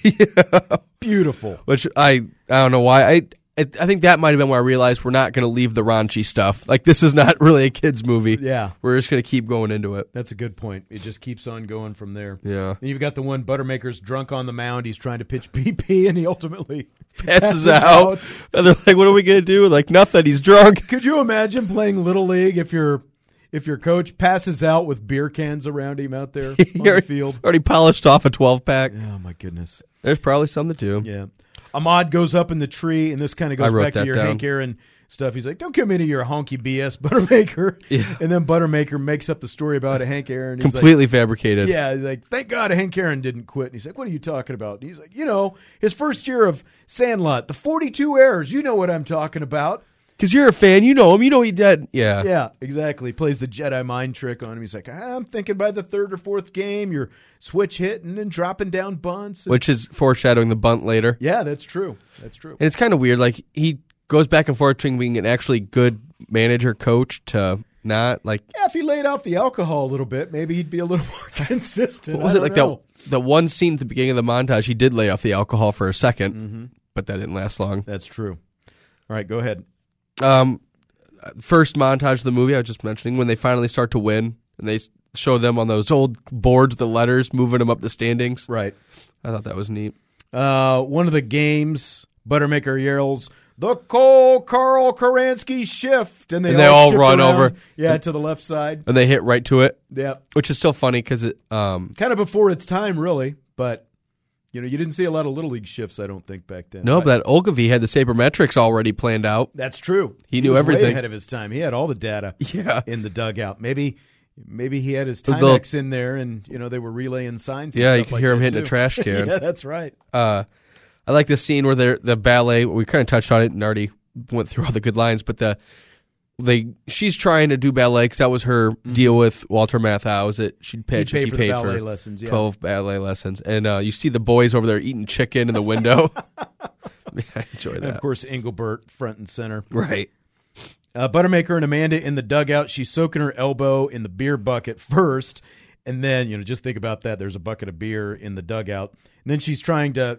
Beautiful. Which I I don't know why I. I I think that might have been where I realized we're not going to leave the raunchy stuff. Like this is not really a kids movie. Yeah. we're just going to keep going into it. That's a good point. It just keeps on going from there. Yeah. And you've got the one Buttermaker's drunk on the mound. He's trying to pitch BP, and he ultimately passes out. And they're like, what are we going to do? Like, nothing. He's drunk. Could you imagine playing little league if your if your coach passes out with beer cans around him out there on He the already, field? already polished off a 12 pack. Oh my goodness. There's probably some to do. Yeah. Ahmad goes up in the tree, and this kind of I goes wrote back that to your down. Hank Aaron stuff. He's like, "Don't come into your honky BS, Buttermaker." And then Buttermaker makes up the story about Hank Aaron. He's like- Completely fabricated. yeah, he's like, thank God Hank Aaron didn't quit. And he's like, what are you talking about? And he's like, you know, his first year of Sandlot, the 42 errors. You know what I'm talking about. Because you're a fan. You know him. You know he did. Yeah. Yeah, exactly. Plays the Jedi mind trick on him. He's like, I'm thinking by the third or fourth game, you're switch hitting and dropping down bunts. Which is foreshadowing the bunt later. yeah, that's true. That's true. And it's kind of weird. Like, he goes back and forth between being an actually good manager coach to not. Like, Yeah, if he laid off the alcohol a little bit, maybe he'd be a little more consistent. what was I it? don't Like, know. that the one scene at the beginning of the montage, he did lay off the alcohol for a 2nd Mm-hmm. but that didn't last long. That's true. All right, go ahead. um, first montage of the movie I was just mentioning when they finally start to win and they s- show them on those old boards the letters moving them up the standings. Right. I thought that was neat. Uh, one of the games, Buttermaker yells, the Cole Carl Karansky shift. And they, And they all shift run around, over. Yeah, to the left side. And they hit right to it, Yeah. which is still funny because it. Um, Kind of before its time, really, but You know, you didn't see a lot of little league shifts, I don't think, back then. No, I- but that Ogilvy had the sabermetrics already planned out. that's true. He knew was way everything. ahead of his time. He had all the data. Yeah. in the dugout. Maybe, maybe he had his The- Timex in there, and you know they were relaying signs. and Yeah, you stuff could like hear him that, hitting too. a trash can. yeah, that's right. uh, I like this scene where they're the ballet. We kind of touched on it and already went through all the good lines, but the they she's trying to do ballet because that was her deal with Walter Matthau. Is that she'd pitch He'd pay if Mm-hmm. for the he paid ballet for lessons, yeah. twelve ballet lessons, and uh, you see the boys over there eating chicken in the window. I enjoy And that. of course, Engelbert front and center. Right. Uh, Buttermaker and Amanda in the dugout. She's soaking her elbow in the beer bucket first, and then you know just think about that. There's a bucket of beer in the dugout. And then she's trying to.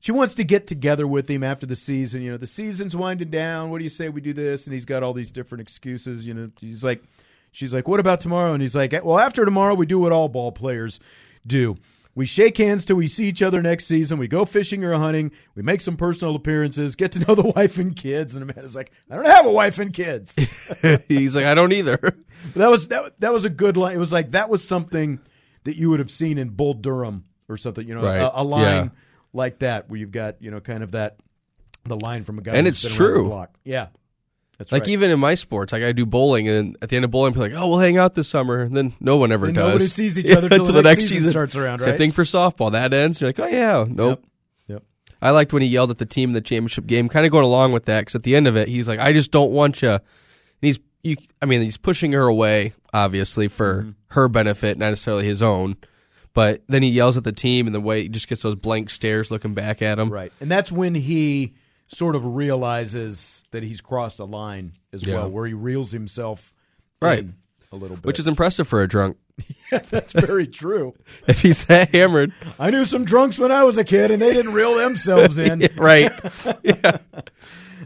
She wants to get together with him after the season. You know, the season's winding down. What do you say we do this? And he's got all these different excuses. You know, he's like, she's like, what about tomorrow? And he's like, well, after tomorrow, we do what all ball players do. We shake hands till we see each other next season. We go fishing or hunting. We make some personal appearances, get to know the wife and kids. And Amanda's like, I don't have a wife and kids. He's like, I don't either. But that was that, that was a good line. It was like that was something that you would have seen in Bull Durham or something. You know, Right. a, a line Yeah. like that where you've got you know kind of that the line from a guy And who's it's been around the true. block. Yeah, that's Like right. even in my sports, like I do bowling, and at the end of bowling, people are like, "Oh, we'll hang out this summer," and then no one ever And does. nobody sees each other till the next season starts around, Same right? thing for softball. That ends. You're like, "Oh yeah, nope." Yep. I liked when he yelled at the team in the championship game, kind of going along with that. Because at the end of it, he's like, "I just don't want you." And he's, you, I mean, he's pushing her away, obviously for Mm-hmm. her benefit, not necessarily his own. But then he yells at the team, and the way he just gets those blank stares looking back at him. right. And that's when he sort of realizes that he's crossed a line as Yeah. well, where he reels himself Right. in a little bit, Which is impressive for a drunk. that's very true. If he's that hammered, I knew some drunks when I was a kid, and they didn't reel themselves in. right?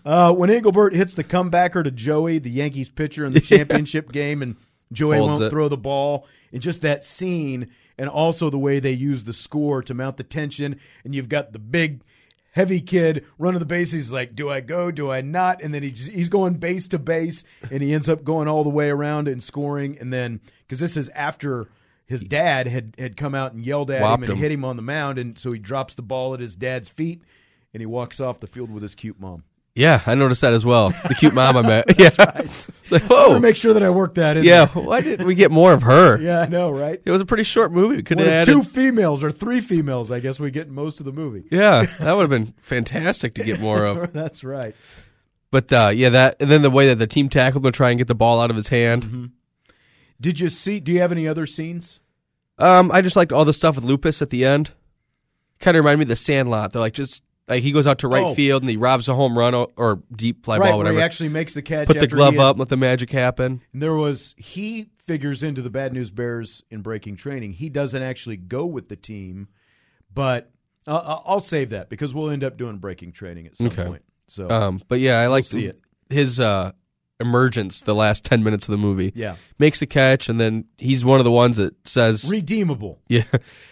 Uh, when Engelbert hits the comebacker to Joey, the Yankees pitcher in the championship game, and Joey Holds won't it. throw the ball, and just that scene, and also the way they use the score to mount the tension, and you've got the big, heavy kid running the base. He's like, "Do I go? Do I not?" And then he just, he's going base to base, and he ends up going all the way around and scoring, and then because this is after. His dad had, had come out and yelled at him Whopped and him. hit him on the mound, and so he drops the ball at his dad's feet, and he walks off the field with his cute mom. Yeah, I noticed that as well. The cute mom I met. Yeah, it's like I whoa. make sure that I work that in. yeah, there. why didn't we get more of her? Yeah, I know, right? It was a pretty short movie. We could One have of added. two females or three females, I guess we get in most of the movie. yeah, that would have been fantastic to get more of. That's right. But uh, yeah, that and then the way that the team tackled him to try and get the ball out of his hand. Mm-hmm. Did you see? Do you have any other scenes? Um, I just liked all the stuff with Lupus at the end. Kind of reminded me of the Sandlot. They're like just like he goes out to right Oh. field and he robs a home run or, or deep fly right, ball, where whatever. he actually makes the catch. Put the after glove he- up, let the magic happen. And there was he figures into the Bad News Bears in breaking training. He doesn't actually go with the team, but uh, uh, I'll save that because we'll end up doing breaking training at some Okay. point. So Um, but yeah, I liked Oh. see it. his uh, emergence the last ten minutes of the movie. yeah, makes the catch, and then he's one of the ones that says, redeemable. "Yeah."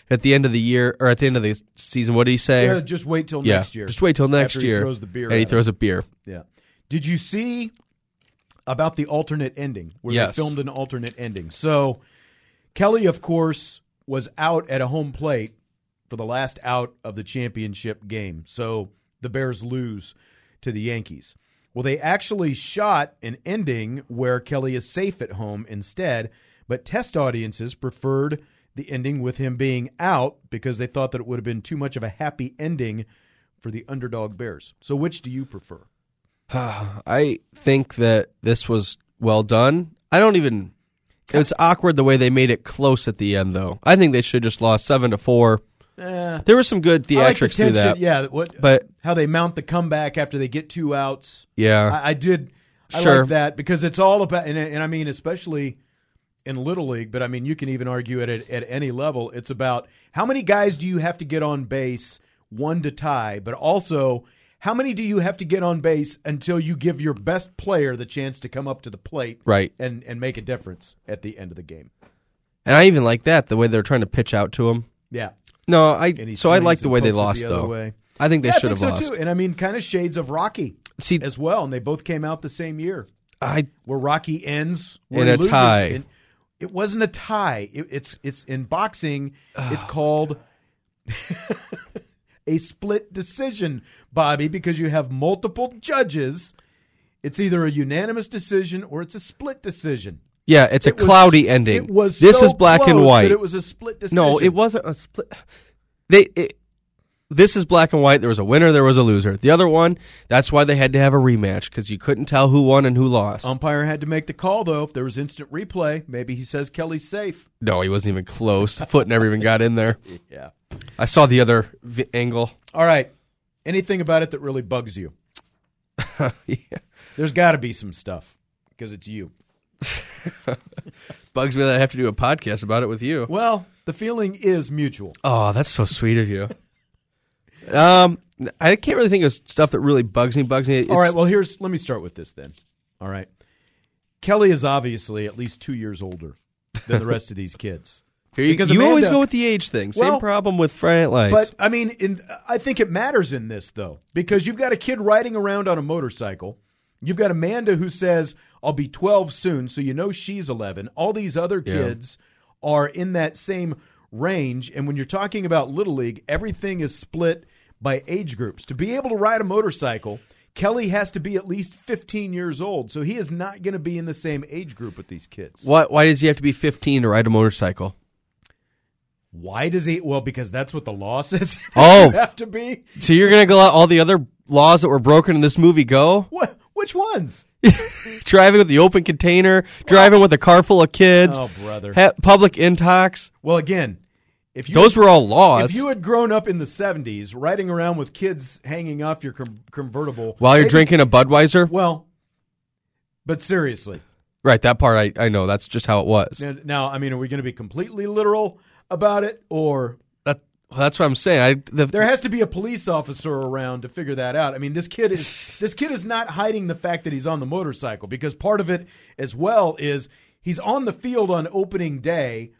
At the end of the year, or at the end of the season, what did he say? Yeah, just wait till Yeah, next year. Just wait till next After he year. throws the beer and he at him. throws a beer. Yeah. Did you see about the alternate ending where Yes. they filmed an alternate ending? So Kelly, of course, was out at a home plate for the last out of the championship game. So the Bears lose to the Yankees. Well, they actually shot an ending where Kelly is safe at home instead, but test audiences preferred the ending with him being out because they thought that it would have been too much of a happy ending for the underdog Bears. So, which do you prefer? I think that this was well done. I don't even. It's awkward the way they made it close at the end, though. I think they should just lost seven to four. there was some good Eh. I like the theatrics to tension, that, Yeah, what, but how they mount the comeback after they get two outs. yeah, I, I did. I Sure. like that because it's all about, and, and I mean, especially in little league, but I mean, you can even argue it at, at any level. It's about how many guys do you have to get on base one to tie, but also how many do you have to get on base until you give your best player the chance to come up to the plate, Right. and and make a difference at the end of the game. and I even like that the way they're trying to pitch out to him. Yeah, No, I And he so I swings like the and way they pokes it lost the other though. way. I think they yeah, I should think have so lost. too. And I mean, kind of shades of Rocky See, as well, and they both came out the same year. I where Rocky ends where In he a loses. tie. And it wasn't a tie. It, it's it's in boxing. it's called. a split decision, Bobby, because you have multiple judges. It's either a unanimous decision or it's a split decision. Yeah, it's a It was- cloudy ending. It was this so is black close and that white. it was a split decision. no, it wasn't a split. They it, this is black and white. There was a winner, there was a loser. The other one, that's why they had to have a rematch because you couldn't tell who won and who lost. Umpire had to make the call though. If there was instant replay, maybe he says Kelly's safe. no, he wasn't even close. The foot never even got in there. Yeah. I saw the other vi- angle. All right. Anything about it that really bugs you? Yeah. There's got to be some stuff because it's you. Bugs me that I have to do a podcast about it with you. Well, the feeling is mutual. Oh, that's so sweet of you. um, I can't really think of stuff that really bugs me. Bugs me. It's, All right. Well, here's let me start with this then. All right. Kelly is obviously at least two years older than the rest of these kids. here you, because you always Amanda- go with the age thing. Same Well, problem with Friday Night Lights. But I mean, in, I think it matters in this though because you've got a kid riding around on a motorcycle. You've got Amanda who says, "I'll be 12 soon," so you know she's 11. All these other Yeah. kids are in that same range, and when you're talking about little league, everything is split by age groups. To be able to ride a motorcycle, Kelly has to be at least 15 years old, so he is not going to be in the same age group with these kids. Why, why does he have to be 15 to ride a motorcycle? Why does he? Well, because that's what the law says. Oh. you have to be. So you're going to go out all the other laws that were broken in this movie go? What? Which ones? driving with the open container, driving with a car full of kids, Oh, brother. ha- public intox. Well, again, if you Those were all laws. if you had grown up in the '70s, riding around with kids hanging off your com- convertible While you're maybe- drinking a Budweiser? well, but seriously, Right, that part I, I know. That's just how it was. now, now, I mean, are we going to be completely literal about it, or That, that's what I'm saying. I, the, there has to be a police officer around to figure that out? I mean, this kid is this kid is not hiding the fact that he's on the motorcycle because part of it as well is he's on the field on opening day.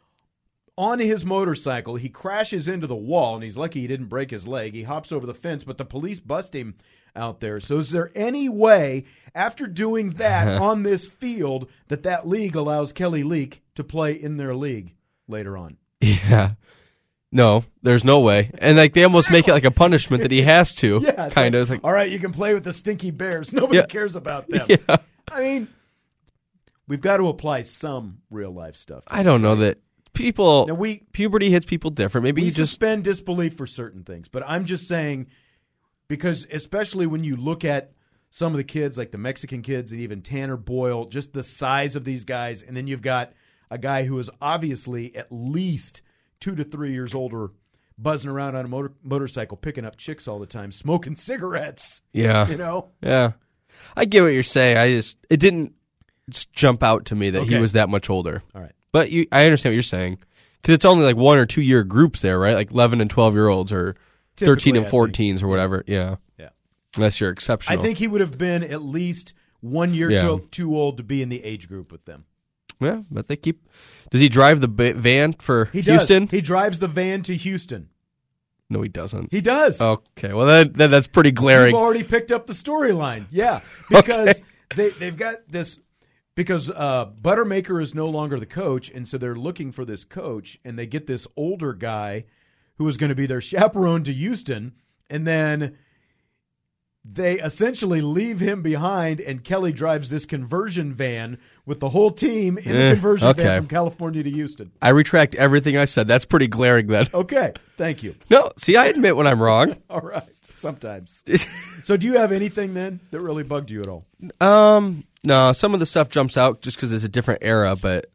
on his motorcycle. He crashes into the wall, and he's lucky he didn't break his leg. He hops over the fence, but the police bust him out there. So, is there any way, after doing that on this field, that that league allows Kelly Leak to play in their league later on? yeah. No, there's no way. And like they almost make it like a punishment that he has to. Yeah, it's kind like, of. It's like, all right, you can play with the stinky bears. Nobody Yeah. cares about them. yeah. I mean, we've got to apply some real life stuff. to I don't know that people. Now, we- puberty hits people different. Maybe we you just suspend disbelief for certain things, but I'm just saying because especially when you look at some of the kids, like the Mexican kids and even Tanner Boyle, just the size of these guys, and then you've got a guy who is obviously at least two to three years older, buzzing around on a motor- motorcycle, picking up chicks all the time, smoking cigarettes. yeah. You know, Yeah. I get what you're saying. I just it didn't just jump out to me that he Okay. was that much older. all right. But you I understand what you're saying cuz it's only like one or two year groups there, right? Like 11 and 12 year olds or 13 Typically, and I think. 14s or whatever. Yeah. Yeah. Unless you're exceptional. I think he would have been at least one year Yeah. too, too old to be in the age group with them. Yeah, but they keep Does he drive the ba- van for He does. Houston? He drives the van to Houston. no, he doesn't. He does. okay. Well, then, then that's pretty glaring. You've already picked up the storyline. Yeah. Because Okay. they, they've got this because uh, Buttermaker is no longer the coach, and so they're looking for this coach, and they get this older guy who is going to be their chaperone to Houston, and then they essentially leave him behind, and Kelly drives this conversion van with the whole team in Eh, the conversion okay. van from California to Houston. I retract everything I said. That's pretty glaring then. Okay, thank you. No, see, I admit when I'm wrong. All right, sometimes. so, do you have anything then that really bugged you at all? Um, no, some of the stuff jumps out just because it's a different era, but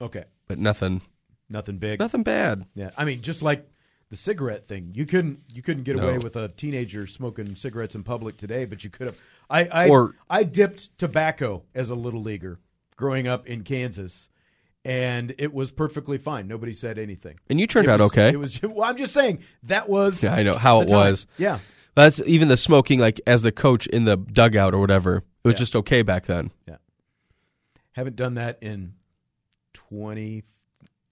Okay, but nothing, nothing big. nothing bad. Yeah, I mean, just like the cigarette thing, you couldn't you couldn't get away No. with a teenager smoking cigarettes in public today, but you could have. I I, Or- I dipped tobacco as a little leaguer growing up in Kansas, and it was perfectly fine. Nobody said anything. And you turned It out was- okay. It was. Well, I'm just saying that was. Yeah, I know how the it time. was. Yeah, That's even the smoking, like as the coach in the dugout or whatever. It was Yeah. just okay back then. haven't done that in twenty.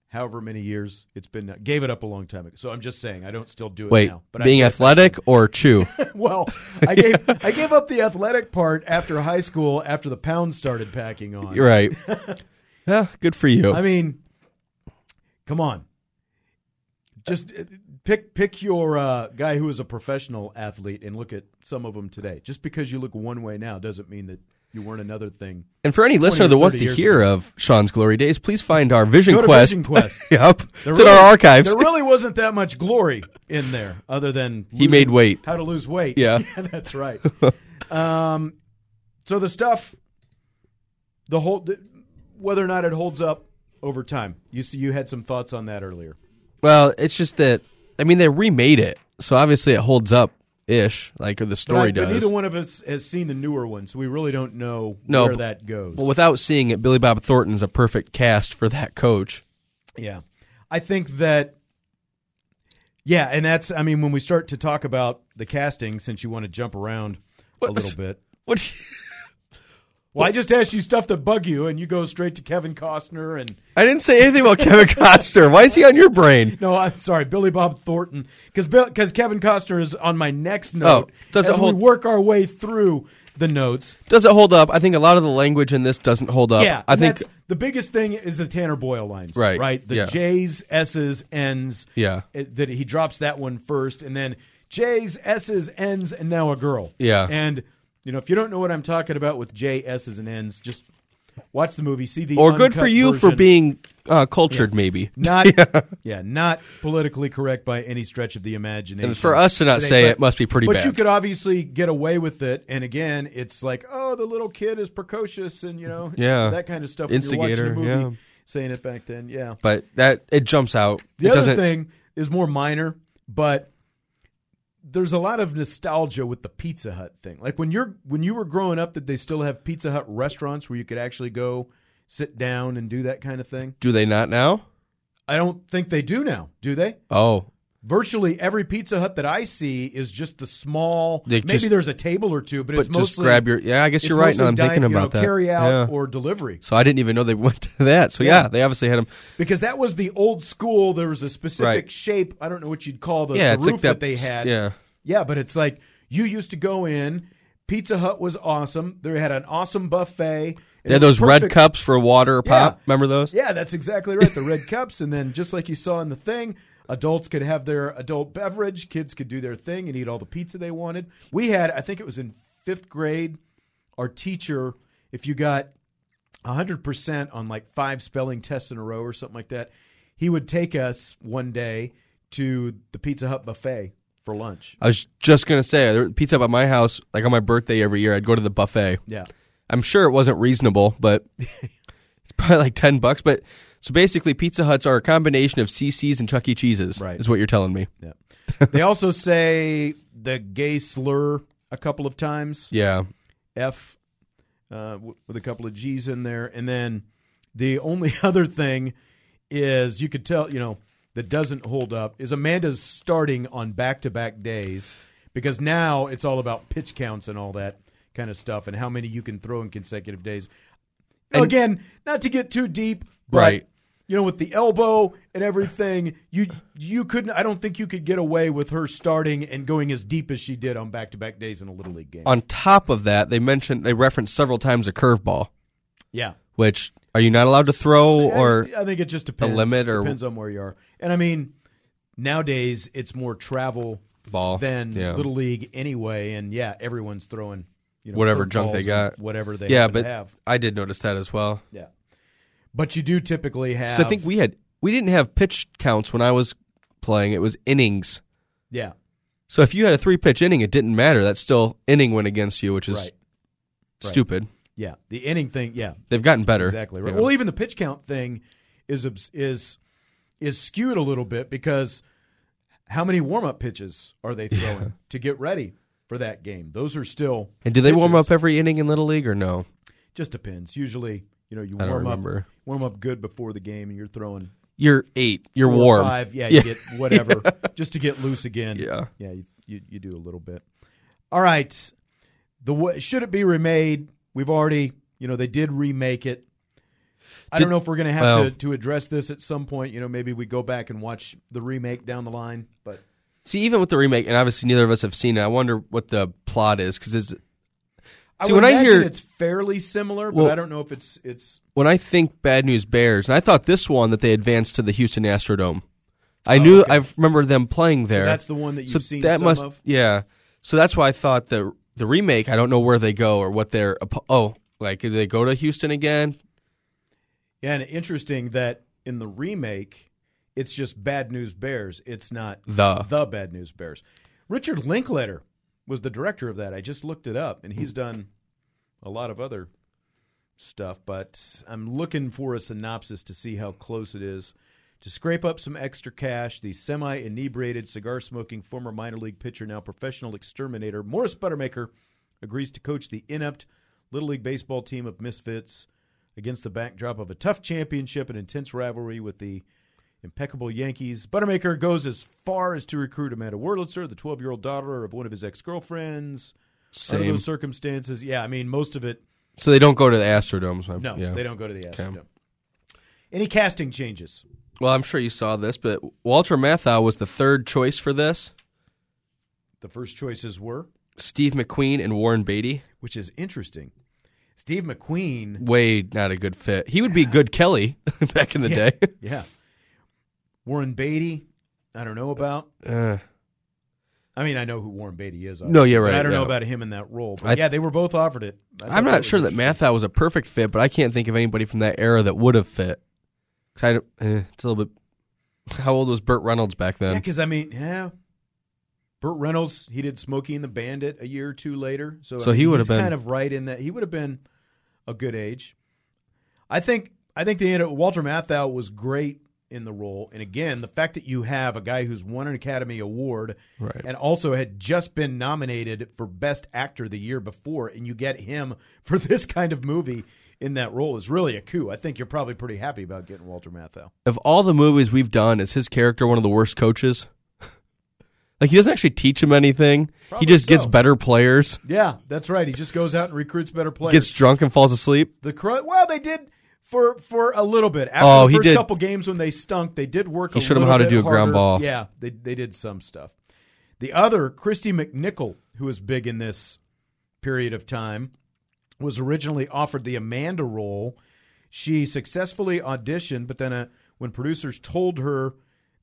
However many years it's been, now. gave it up a long time ago. So I'm just saying I don't still do it Wait, now. But I being did. athletic or chew? Well, I gave I gave up the athletic part after high school after the pounds started packing on. You're right. yeah, good for you. I mean, come on. Just uh, Pick pick your uh, guy who is a professional athlete and look at some of them today. Just because you look one way now doesn't mean that you weren't another thing. And for any listener that wants 30 to years hear of Sean's glory days, please find our Vision Go to Quest. Vision Quest. yep, it's There in really- our archives. There really wasn't that much glory in there, other than He made weight. How to lose weight? Yeah. that's right. um, so the stuff, the whole, th- whether or not it holds up over time. You see, you had some thoughts on that earlier. Well, it's just that I mean they remade it, so obviously it holds up ish, like or the But I- story but does. neither one of us has seen the newer one, so we really don't know No, where but- that goes. well, without seeing it, Billy Bob Thornton's a perfect cast for that coach. Yeah. I think that Yeah, and that's I mean when we start to talk about the casting since you want to jump around a What- little bit. What? Well, I just asked you stuff that bug you and you go straight to Kevin Costner and I didn't say anything about Kevin Costner. Why is he on your brain? no, I'm sorry, Billy Bob Thornton cuz cuz Kevin Costner is on my next note. Oh, does it as hold- we work our way through the notes. Does it hold up? I think a lot of the language in this doesn't hold up. yeah, Uh, I and think that's, the biggest thing is the Tanner Boyle lines, Right, Right, the yeah. J's, S's, N's. Yeah. it- that he drops that one first, and then J's, S's, N's, and now a girl. Yeah. and you know if you don't know what I'm talking about with J, S's, and N's, just watch the movie. See the or good for uncut you for version. being uh, cultured, maybe. not yeah not politically correct by any stretch of the imagination. And for us to not say it must be pretty but bad. you could obviously get away with it. And again, it's like oh, the little kid is precocious, and you know Yeah. that kind of stuff. when you're watching a Instigator, movie, yeah. saying it back then, yeah. but that it jumps out. The it other doesn't, thing is more minor, but there's a lot of nostalgia with the Pizza Hut thing. Like when you're when you were growing up, did they still have Pizza Hut restaurants where you could actually go sit down and do that kind of thing? do they not now? I don't think they do now, do they? Oh, Virtually every Pizza Hut that I see is just the small. They maybe just- there's a table or two, but, but it's just mostly grab your. Yeah, I guess it's you're right. mostly Now I'm dine- thinking you know, about that. Carry out Yeah. or delivery. so I didn't even know they went to that. So yeah, Yeah. they obviously had them. because that was the old school. There was a specific Right. shape. I don't know what you'd call the, Yeah, the it's roof like that, that- they had. yeah. yeah, but it's like you used to go in. Pizza Hut was awesome. They had an awesome buffet. They had It was those red perfect. cups for water or pop. Yeah. Remember those? Yeah, that's exactly right. The red cups, and then just like you saw in the thing, adults could have their adult beverage, kids could do their thing and eat all the pizza they wanted. We had, I think it was in fifth grade, our teacher, if you got hundred percent on like five spelling tests in a row or something like that, he would take us one day to the Pizza Hut buffet for lunch. I was just gonna say there was pizza up at my house. Like on my birthday every year, I'd go to the buffet. Yeah. I'm sure it wasn't reasonable, but it's probably like ten bucks. But so basically, Pizza Huts are a combination of CC's and Chuck E. Cheese's. Right. Is what you're telling me? Yeah. they also say the gay slur a couple of times. Yeah. F uh, w- with a couple of G's in there. And then the only other thing is you could tell, you know, that doesn't hold up is Amanda's starting on back to back days because now it's all about pitch counts and all that kind of stuff and how many you can throw in consecutive days. You know, And- Again, not to get too deep, but. Right. You know, with the elbow and everything, you you couldn't. I don't think you could get away with her starting and going as deep as she did on back to back days in a little league game. On top of that, they mentioned they referenced several times a curveball, yeah, which are you not allowed to throw I- or I think it just depends. limit or- depends on where you are. And I mean, nowadays it's more travel ball? than Oh, yeah. little league anyway. And yeah, everyone's throwing you know, Whatever junk they curveballs and got. whatever they yeah, happen to but have. I did notice that as well. Yeah, but you do typically have. So I think we had we didn't have pitch counts when I was playing. It was innings. yeah So if you had a three pitch inning, it didn't matter. That still inning went against you, which is right stupid. yeah the inning thing yeah They've gotten better. Exactly right. Yeah. Well, even the pitch count thing is obs- is is skewed a little bit because how many warm up pitches are they throwing to get ready for that game? Those are still and do they warm pitches. up every inning in Little League or no? Just depends. Usually, you know, you I don't warm up remember. warm up good before the game, and you're throwing You're eight. You're four or warm. Five, yeah, you get whatever just to get loose again. Yeah. yeah, you, you you do a little bit. All right, the wa- should it be remade? We've already, you know, they did remake it. I Did- don't know if we're going to have to well- to address this at some point. You know, maybe we go back and watch the remake down the line. But See, even with the remake, and obviously neither of us have seen it. I wonder what the plot is because is I See, would when I imagine hear- it's fairly similar, but Well- I don't know if it's it's when I think Bad News Bears, and I thought this one that they advanced to the Houston Astrodome. I knew I remember them playing there. Oh, that's the one that you've seen some of? Yeah. So that's why I thought the the remake. I don't know where they go or what they're. apo- Oh, like do they go to Houston Oh, again? Yeah, and interesting that in the remake, it's just Bad News Bears. It's not The. the Bad News Bears. Richard Linklater was the director of that. I just looked it up, and he's done a lot of other stuff. But I'm looking for a synopsis to see how close it is. To scrape up some extra cash, the semi inebriated, cigar smoking former minor league pitcher, now professional exterminator, Morris Buttermaker, agrees to coach the inept Little League Baseball team of misfits against the backdrop of a tough championship and intense rivalry with the impeccable Yankees. Buttermaker goes as far as to recruit Amanda Wurlitzer, the 12 year old daughter of one of his ex girlfriends. Under Same. those circumstances, yeah, I mean, most of it So they don't go to the Astrodomes. I'm- no, yeah. they don't go to the Astrodome. Any casting changes? Well, I'm sure you saw this, but Walter Matthau was the third choice for this. The first choices were, Steve McQueen and Warren Beatty. which is interesting. Steve McQueen, Way not a good fit. He would be good Kelly back in the Yeah. day. yeah. Warren Beatty, I don't know about. Uh, I mean, I know who Warren Beatty is. No, obviously, yeah, but I right, don't know yeah. about him in that role. But I- yeah, they were both offered it. I thought I'm not was sure that interesting. Matthau was a perfect fit, but I can't think of anybody from that era that would have fit. 'Cause I don't- eh, it's a little bit. How old was Burt Reynolds back Yeah, then? because I mean, yeah. Burt Reynolds, he did Smokey and the Bandit a year or two later, so I So mean, he would have he's been- kind of right in that. He would have been a good age. I think. I think the end Walter Matthau was great in the role, and again, the fact that you have a guy who's won an Academy Award Right. and also had just been nominated for Best Actor the year before, and you get him for this kind of movie in that role is really a coup. I think you're probably pretty happy about getting Walter Matthau. Of all the movies we've done, is his character one of the worst coaches? like he doesn't actually teach him anything. Probably he just gets so. better players, Yeah, that's right. He just goes out and recruits better players. gets drunk and falls asleep. The Cro- well, they did for for a little bit. After Oh, the he first did. couple games when they stunk, they did work. He a showed 'em little how to bit do a harder. ground ball. Yeah, they they did some stuff. The other Christy McNichol, who was big in this period of time, was originally offered the Amanda role. She successfully auditioned, but then uh, when producers told her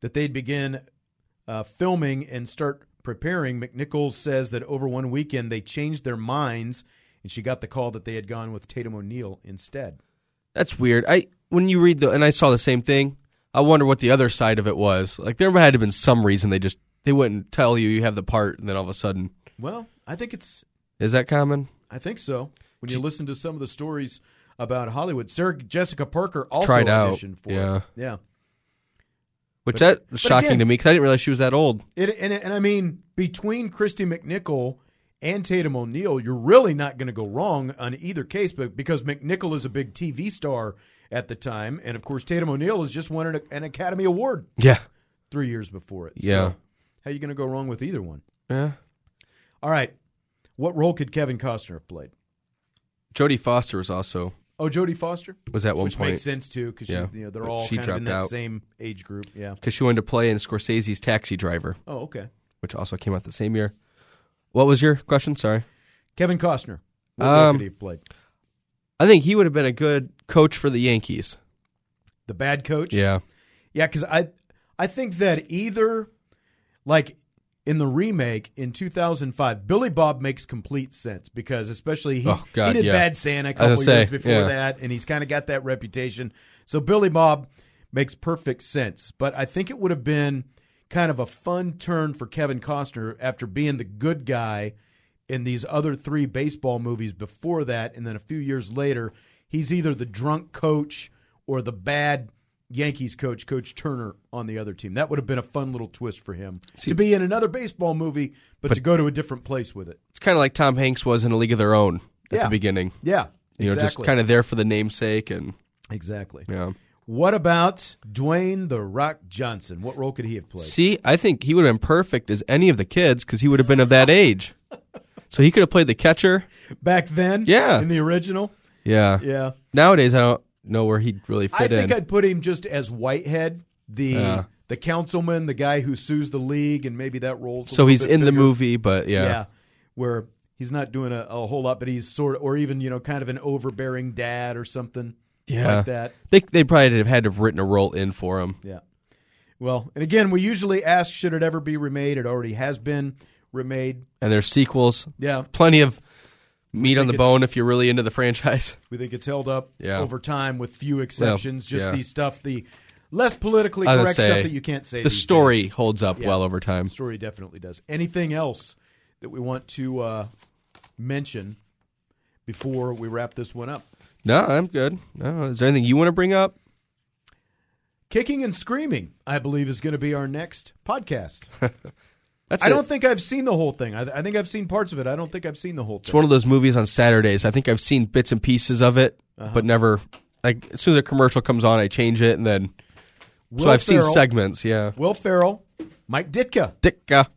that they'd begin uh, filming and start preparing, McNichols says that over one weekend they changed their minds, and she got the call that they had gone with Tatum O'Neill instead. That's weird. I when you read the and I saw the same thing. I wonder what the other side of it was. Like there had to have been some reason they just they wouldn't tell you you have the part, and then all of a sudden Well, I think it's is that common? I think so. When you listen to some of the stories about Hollywood, Sarah Jessica Parker also Tried out, auditioned for yeah. it. Yeah. Which But- that was but shocking again- to me because I didn't realize she was that old. It, and and I mean between Christy McNichol and Tatum O'Neal, you're really not going to go wrong on either case, but because McNichol is a big TV star at the time, and of course Tatum O'Neal has just won an, an Academy Award Yeah. three years before it. Yeah. So how you going to go wrong with either one? Yeah. All right, what role could Kevin Costner have played? Jodie Foster was also Oh, Jodie Foster, was at one which point makes sense too because Yeah. you know they're But all she kind of in dropped that out. same age group. Yeah. because she wanted to play in Scorsese's Taxi Driver, Oh, okay. which also came out the same year. What was your question? Sorry. Kevin Costner. What role Um, could he have played? I think he would have been a good coach for the Yankees. The bad coach. Yeah. Yeah, because I I think that either like in the remake in 2005, Billy Bob makes complete sense because especially he, Oh, God, he did yeah. Bad Santa a I couple was years gonna say, before yeah. that, and he's kind of got that reputation. So Billy Bob makes perfect sense, but I think it would have been kind of a fun turn for Kevin Costner after being the good guy in these other three baseball movies before that, and then a few years later, he's either the drunk coach or the bad Yankees coach, Coach Turner, on the other team. That would have been a fun little twist for him to be in another baseball movie, but, to go to a different place with it. It's kind of like Tom Hanks was in A League of Their Own at Yeah. the beginning. Yeah, You know, just exactly. kind of there for the namesake and exactly. yeah. What about Dwayne the Rock Johnson? What role could he have played? See, I think he would have been perfect as any of the kids because he would have been of that age. So he could have played the catcher. Back then, Yeah. in the original, Yeah. yeah. Nowadays, I don't know where he'd really fit I think in. I'd put him just as Whitehead, the Yeah. the councilman, the guy who sues the league, and maybe that role's. a so little he's bit in the bigger. movie, but yeah. where he's not doing a, a whole lot, but he's sort of, or even you know, kind of an overbearing dad or something Yeah. like that. They they probably have had to have written a role in for him. Yeah. Well, and again, we usually ask, should it ever be remade? It already has been remade. and there's sequels. Yeah, Plenty of meat on the it's- bone if you're really into the franchise. we think it's held up Yeah. over time with few exceptions. Just yeah. the stuff, the less politically I was correct gonna stuff say, that you can't say. The these story days. holds up Yeah. well over time. The story definitely does. Anything else that we want to uh, mention before we wrap this one up? No, I'm good. No, is there anything you want to bring up? Kicking and Screaming, I believe, is going to be our next podcast. That's I it. don't think I've seen the whole thing. I, I think I've seen parts of it. I don't think I've seen the whole It's thing. one of those movies on Saturdays. I think I've seen bits and pieces of it, Uh-huh. but never like as soon as a commercial comes on, I change it and then so Will I've seen Ferrell- segments. Yeah, Will Ferrell, Mike Ditka. Dicka.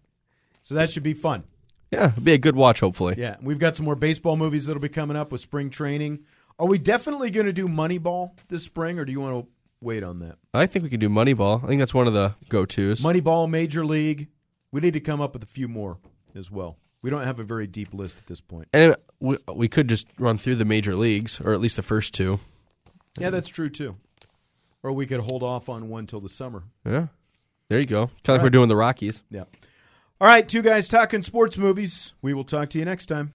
So that should be fun. Yeah, it'll be a good watch. Hopefully, Yeah, we've got some more baseball movies that'll be coming up with spring training. Are we definitely going to do Moneyball this spring, or do you want to wait on that? I think we could do Moneyball. I think that's one of the go tos. Moneyball, Major League. We need to come up with a few more as well. We don't have a very deep list at this point. and we, we could just run through the major leagues, or at least the first two. Yeah, that's true too. Or we could hold off on one till the summer. Yeah, there you go. Kind of like we're doing the Rockies. Yeah. All right, two guys talking sports movies. We will talk to you next time.